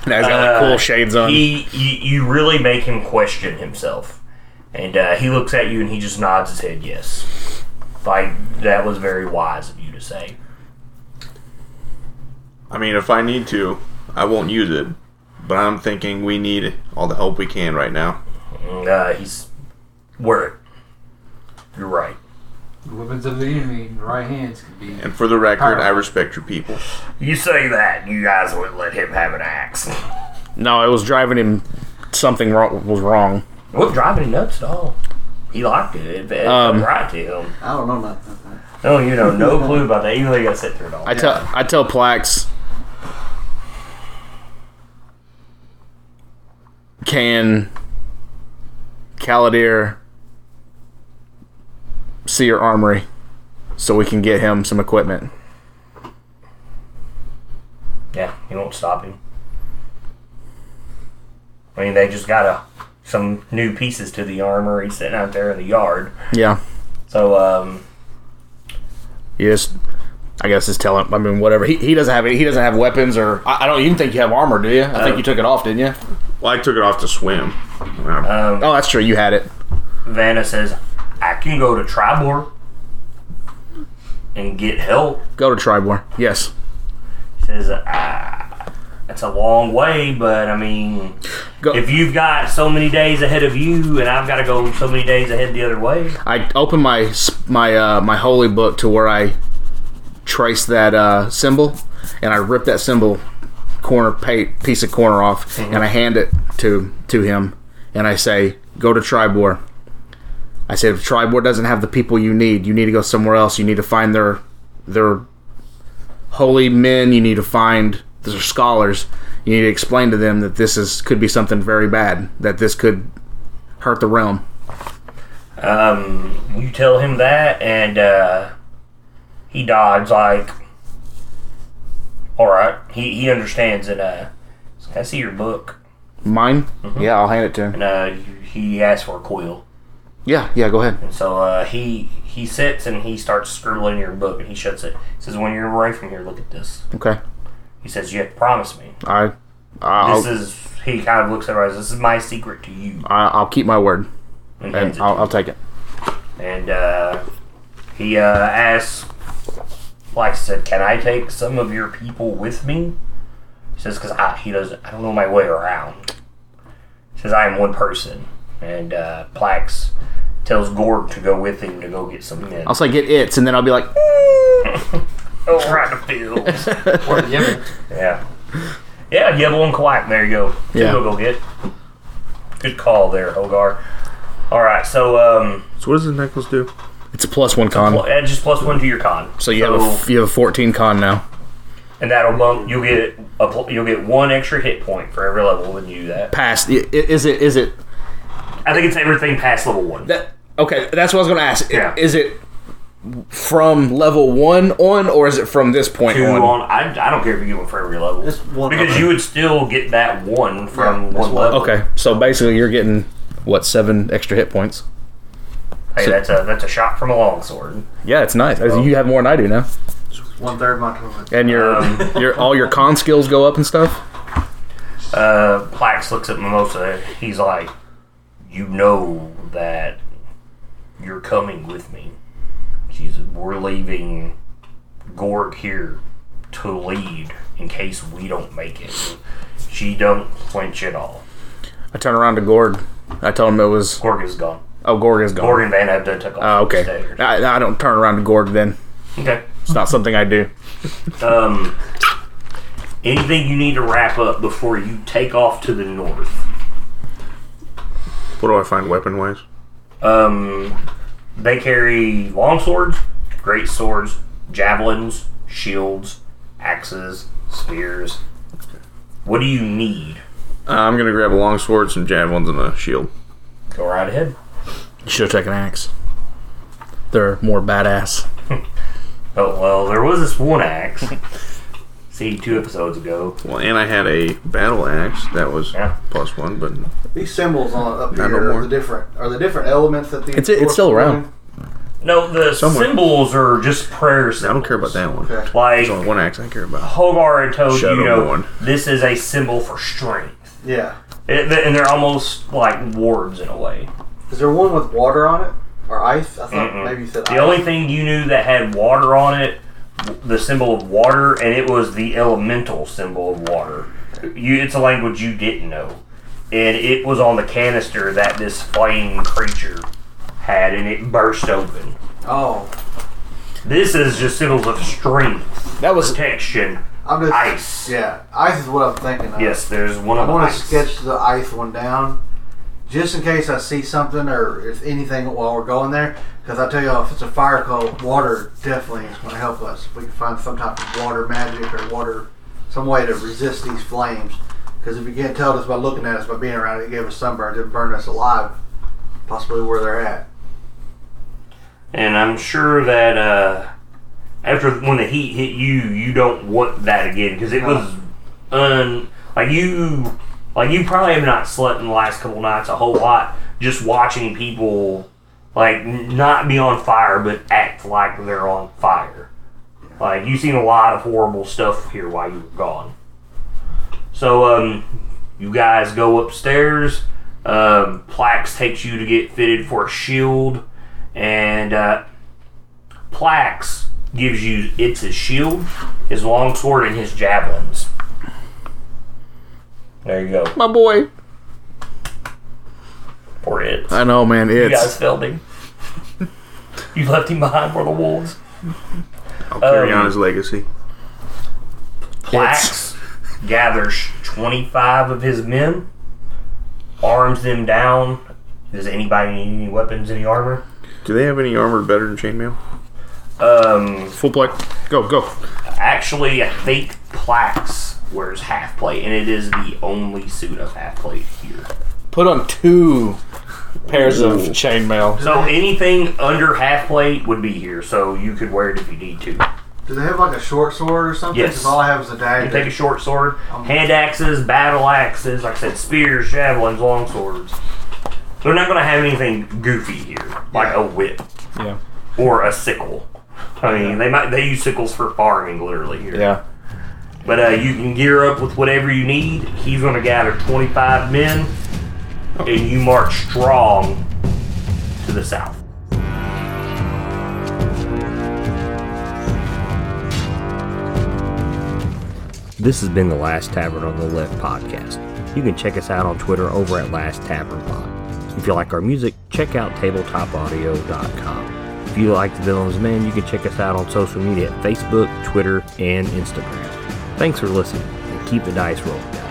C: he's got like,
A: Uh,
C: cool shades on.
A: He you, you really make him question himself, and uh, he looks at you and he just nods his head yes. Like that was very wise of you to say.
E: I mean, if I need to, I won't use it. But I'm thinking we need all the help we can right now.
A: Uh, he's word. You're right.
D: The weapons of the enemy in the right hands could be.
E: And for the record, I respect your people.
A: You say that, you guys wouldn't let him have an axe.
C: No, it was driving him. Something wrong was wrong.
A: Wasn't driving him nuts at all. He liked it. It, it
C: Um,
A: right to him.
B: I don't know nothing about that.
A: No, you know, no clue about that. Even though you got sit through it all.
C: I tell I tell Plax can Caladir see your armory so we can get him some equipment.
A: Yeah, you won't stop him. I mean, they just got a, some new pieces to the armory sitting out there in the yard.
C: Yeah.
A: So, um,
C: You just I guess just tell him I mean whatever. He, he doesn't have any, he doesn't have weapons or Uh, I, I don't even think you have armor, do you? I think you took it off, didn't you?
E: Well, I took it off to swim. Uh,
A: um,
C: Oh that's true, you had it.
A: Vanna says, I can go to Tribor and get help.
C: Go to Tribor. Yes.
A: Says, ah, that's a long way, but I mean,
C: Go
A: if you've got so many days ahead of you and I've got to go so many days ahead the other way,
C: I open my my uh, my holy book to where I trace that uh, symbol, and I rip that symbol corner pa- piece of corner off, and I hand it to to him, and I say, "Go to Tribor." I said, "If Tribor doesn't have the people you need, you need to go somewhere else. You need to find their their holy men. You need to find their scholars. You need to explain to them that this is could be something very bad. That this could hurt the realm."
A: Um, you tell him that, and uh, he nods like, "All right." He he understands, and uh, he's like, I see your book,
C: Mine? Yeah, I'll hand it to him.
A: and uh, you- he asks for a quill,
C: Yeah, yeah, go ahead.
A: and so uh, he he sits and he starts scribbling your book, and he shuts it. He says, "When you're away from here, look at this."
C: Okay.
A: He says, "You have to promise me."
C: I I'll
A: This is he kind of looks at her as this is my secret to you,
C: I- I'll keep my word
A: and hands
C: and
A: it
C: I'll, I'll take it.
A: and uh, he uh, asks, like I said, "Can I take some of your people with me?" He says, "Cause I, he doesn't, I don't know my way around." He says, "I am one person," and uh, Plax tells Gorg to go with him to go get some men.
C: I'll say get it's and then I'll be like
A: Oh, right in the fields.
D: Or the Yemen.
A: yeah, yeah, Yellow and Quack. There you go. Two
C: Yeah.
A: Go go get. Good call there, Hogar. All right, so um,
E: so what does this necklace do?
C: it's a plus one con.
A: well, add just plus one to your con.
C: so you have a f- you have a fourteen con now.
A: and that'll bump. You'll get a, pl- you'll get one extra hit point for every level when you do that.
C: Past i- i- is it is it
A: I think it's everything past level one.
C: that okay? That's what I was going to ask. I-
A: Yeah.
C: Is it from level one on or is it from this point
A: Two
C: on?
A: on. I, I don't care if you get one for every level.
B: It's one
A: because
B: level.
A: you would still get that one
B: Yeah,
A: from
B: it's
A: one
B: one.
A: level.
C: Okay, so basically you're getting what seven extra hit points?
A: Hey, that's a that's a shot from a longsword.
C: Yeah, it's nice. You have more than I do now,
B: One third my total.
C: and your
A: Um.
C: your all your con skills go up and stuff.
A: Uh, Plax looks at Mimosa. He's like, "You know that you're coming with me." She's. We're leaving Gorg here to lead in case we don't make it. She don't flinch at all.
C: I turn around to Gorg. I told him it was.
A: Gorg is gone.
C: Oh, Gorg is gone.
A: Gorg and Van Have done took off.
C: Oh, okay.
A: upstairs.
C: I, I don't turn around to Gorg then.
A: Okay.
C: It's not something I do.
A: Um, anything you need to wrap up before you take off to the north?
E: What do I find weapon wise?
A: Um, they carry long swords, great swords, javelins, shields, axes, spears. What do you need?
E: Uh, I'm gonna grab a long sword, some javelins, and a shield.
A: Go right ahead.
C: You should have taken an axe. They're more badass.
A: Oh well, there was this one axe. See, two episodes ago.
E: Well, and I had a battle axe that was
A: Yeah.
E: plus one, but
B: These symbols on up
E: Not no
B: here
E: more.
B: are the different are the different elements that the
C: It's- it's still around.
A: No, the
E: Somewhere.
A: symbols are just prayers.
E: I don't care about that one.
B: Okay.
E: There's
A: Like
E: only one axe I care about.
A: Hogar had told
E: Shadow
A: you, you know,
E: Born.
A: this is a symbol for strength,
B: Yeah.
A: It- and they're almost like wards in a way.
B: Is there one with water on it or ice? I thought
A: Mm-mm.
B: maybe you said
A: The
B: ice.
A: only thing you knew that had water on it, the symbol of water, and it was the elemental symbol of water. You, it's a language you didn't know, and it was on the canister that this flying creature had, and it burst open.
B: Oh,
A: This is just symbols of strength,
C: That was
A: protection,
B: I'm just
A: ice.
B: yeah. Ice is what I'm thinking. Of.
A: Yes, there's one
B: I
A: of
B: want
A: ice.
B: to sketch the ice one down, just in case I see something or if anything while we're going there. Because I tell y'all, if it's a fire call, water definitely is going to help us. If we can find some type of water magic or water, some way to resist these flames. Because if you can't tell us by looking at us, by being around it, it gave us sunburns, it burned us alive, possibly where they're at.
A: And I'm sure that uh, after when the heat hit you, you don't want that again because it was un like you like you probably have not slept in the last couple nights a whole lot just watching people like n- not be on fire but act like they're on fire. Like you've seen a lot of horrible stuff here while you were gone. So um, you guys go upstairs. Um, Plax takes you to get fitted for a shield and uh, Plax gives you it's his shield, his longsword, and his javelins. There you go.
F: My boy.
A: Or it.
F: I know, man.
A: You
F: It's
A: guys failed him. you left him behind for the wolves.
E: I'll carry
A: Um,
E: on his legacy.
A: Plax gathers 25 of his men, arms them down. Does anybody need any weapons, any armor?
E: Do they have any armor better than chainmail?
A: Um,
F: full play. Go, go.
A: Actually, I think Plax wears half plate, and it is the only suit of half plate here.
C: put on two pairs of chainmail.
A: So anything under half plate would be here, so you could wear it if you need to.
B: Do they have like a short sword or something?
A: Yes.
B: 'Cause all I have is a
A: You take
B: dagger.
A: a short sword, hand axes, battle axes, like I said, spears, javelins, long swords. They're not going to have anything goofy here, like a whip
C: Yeah.
A: or a sickle. I mean, they might they use sickles for farming, literally here.
C: Yeah.
A: But uh, you can gear up with whatever you need. He's going to gather 25 men, and you march strong to the south. This has been the Last Tavern on the Left podcast. You can check us out on Twitter over at Last Tavern Pod. If you like our music, check out tabletopaudio.com. If you like the Villains Men, you can check us out on social media Facebook, Twitter, and Instagram. Thanks for listening, and keep the dice rolling, guys.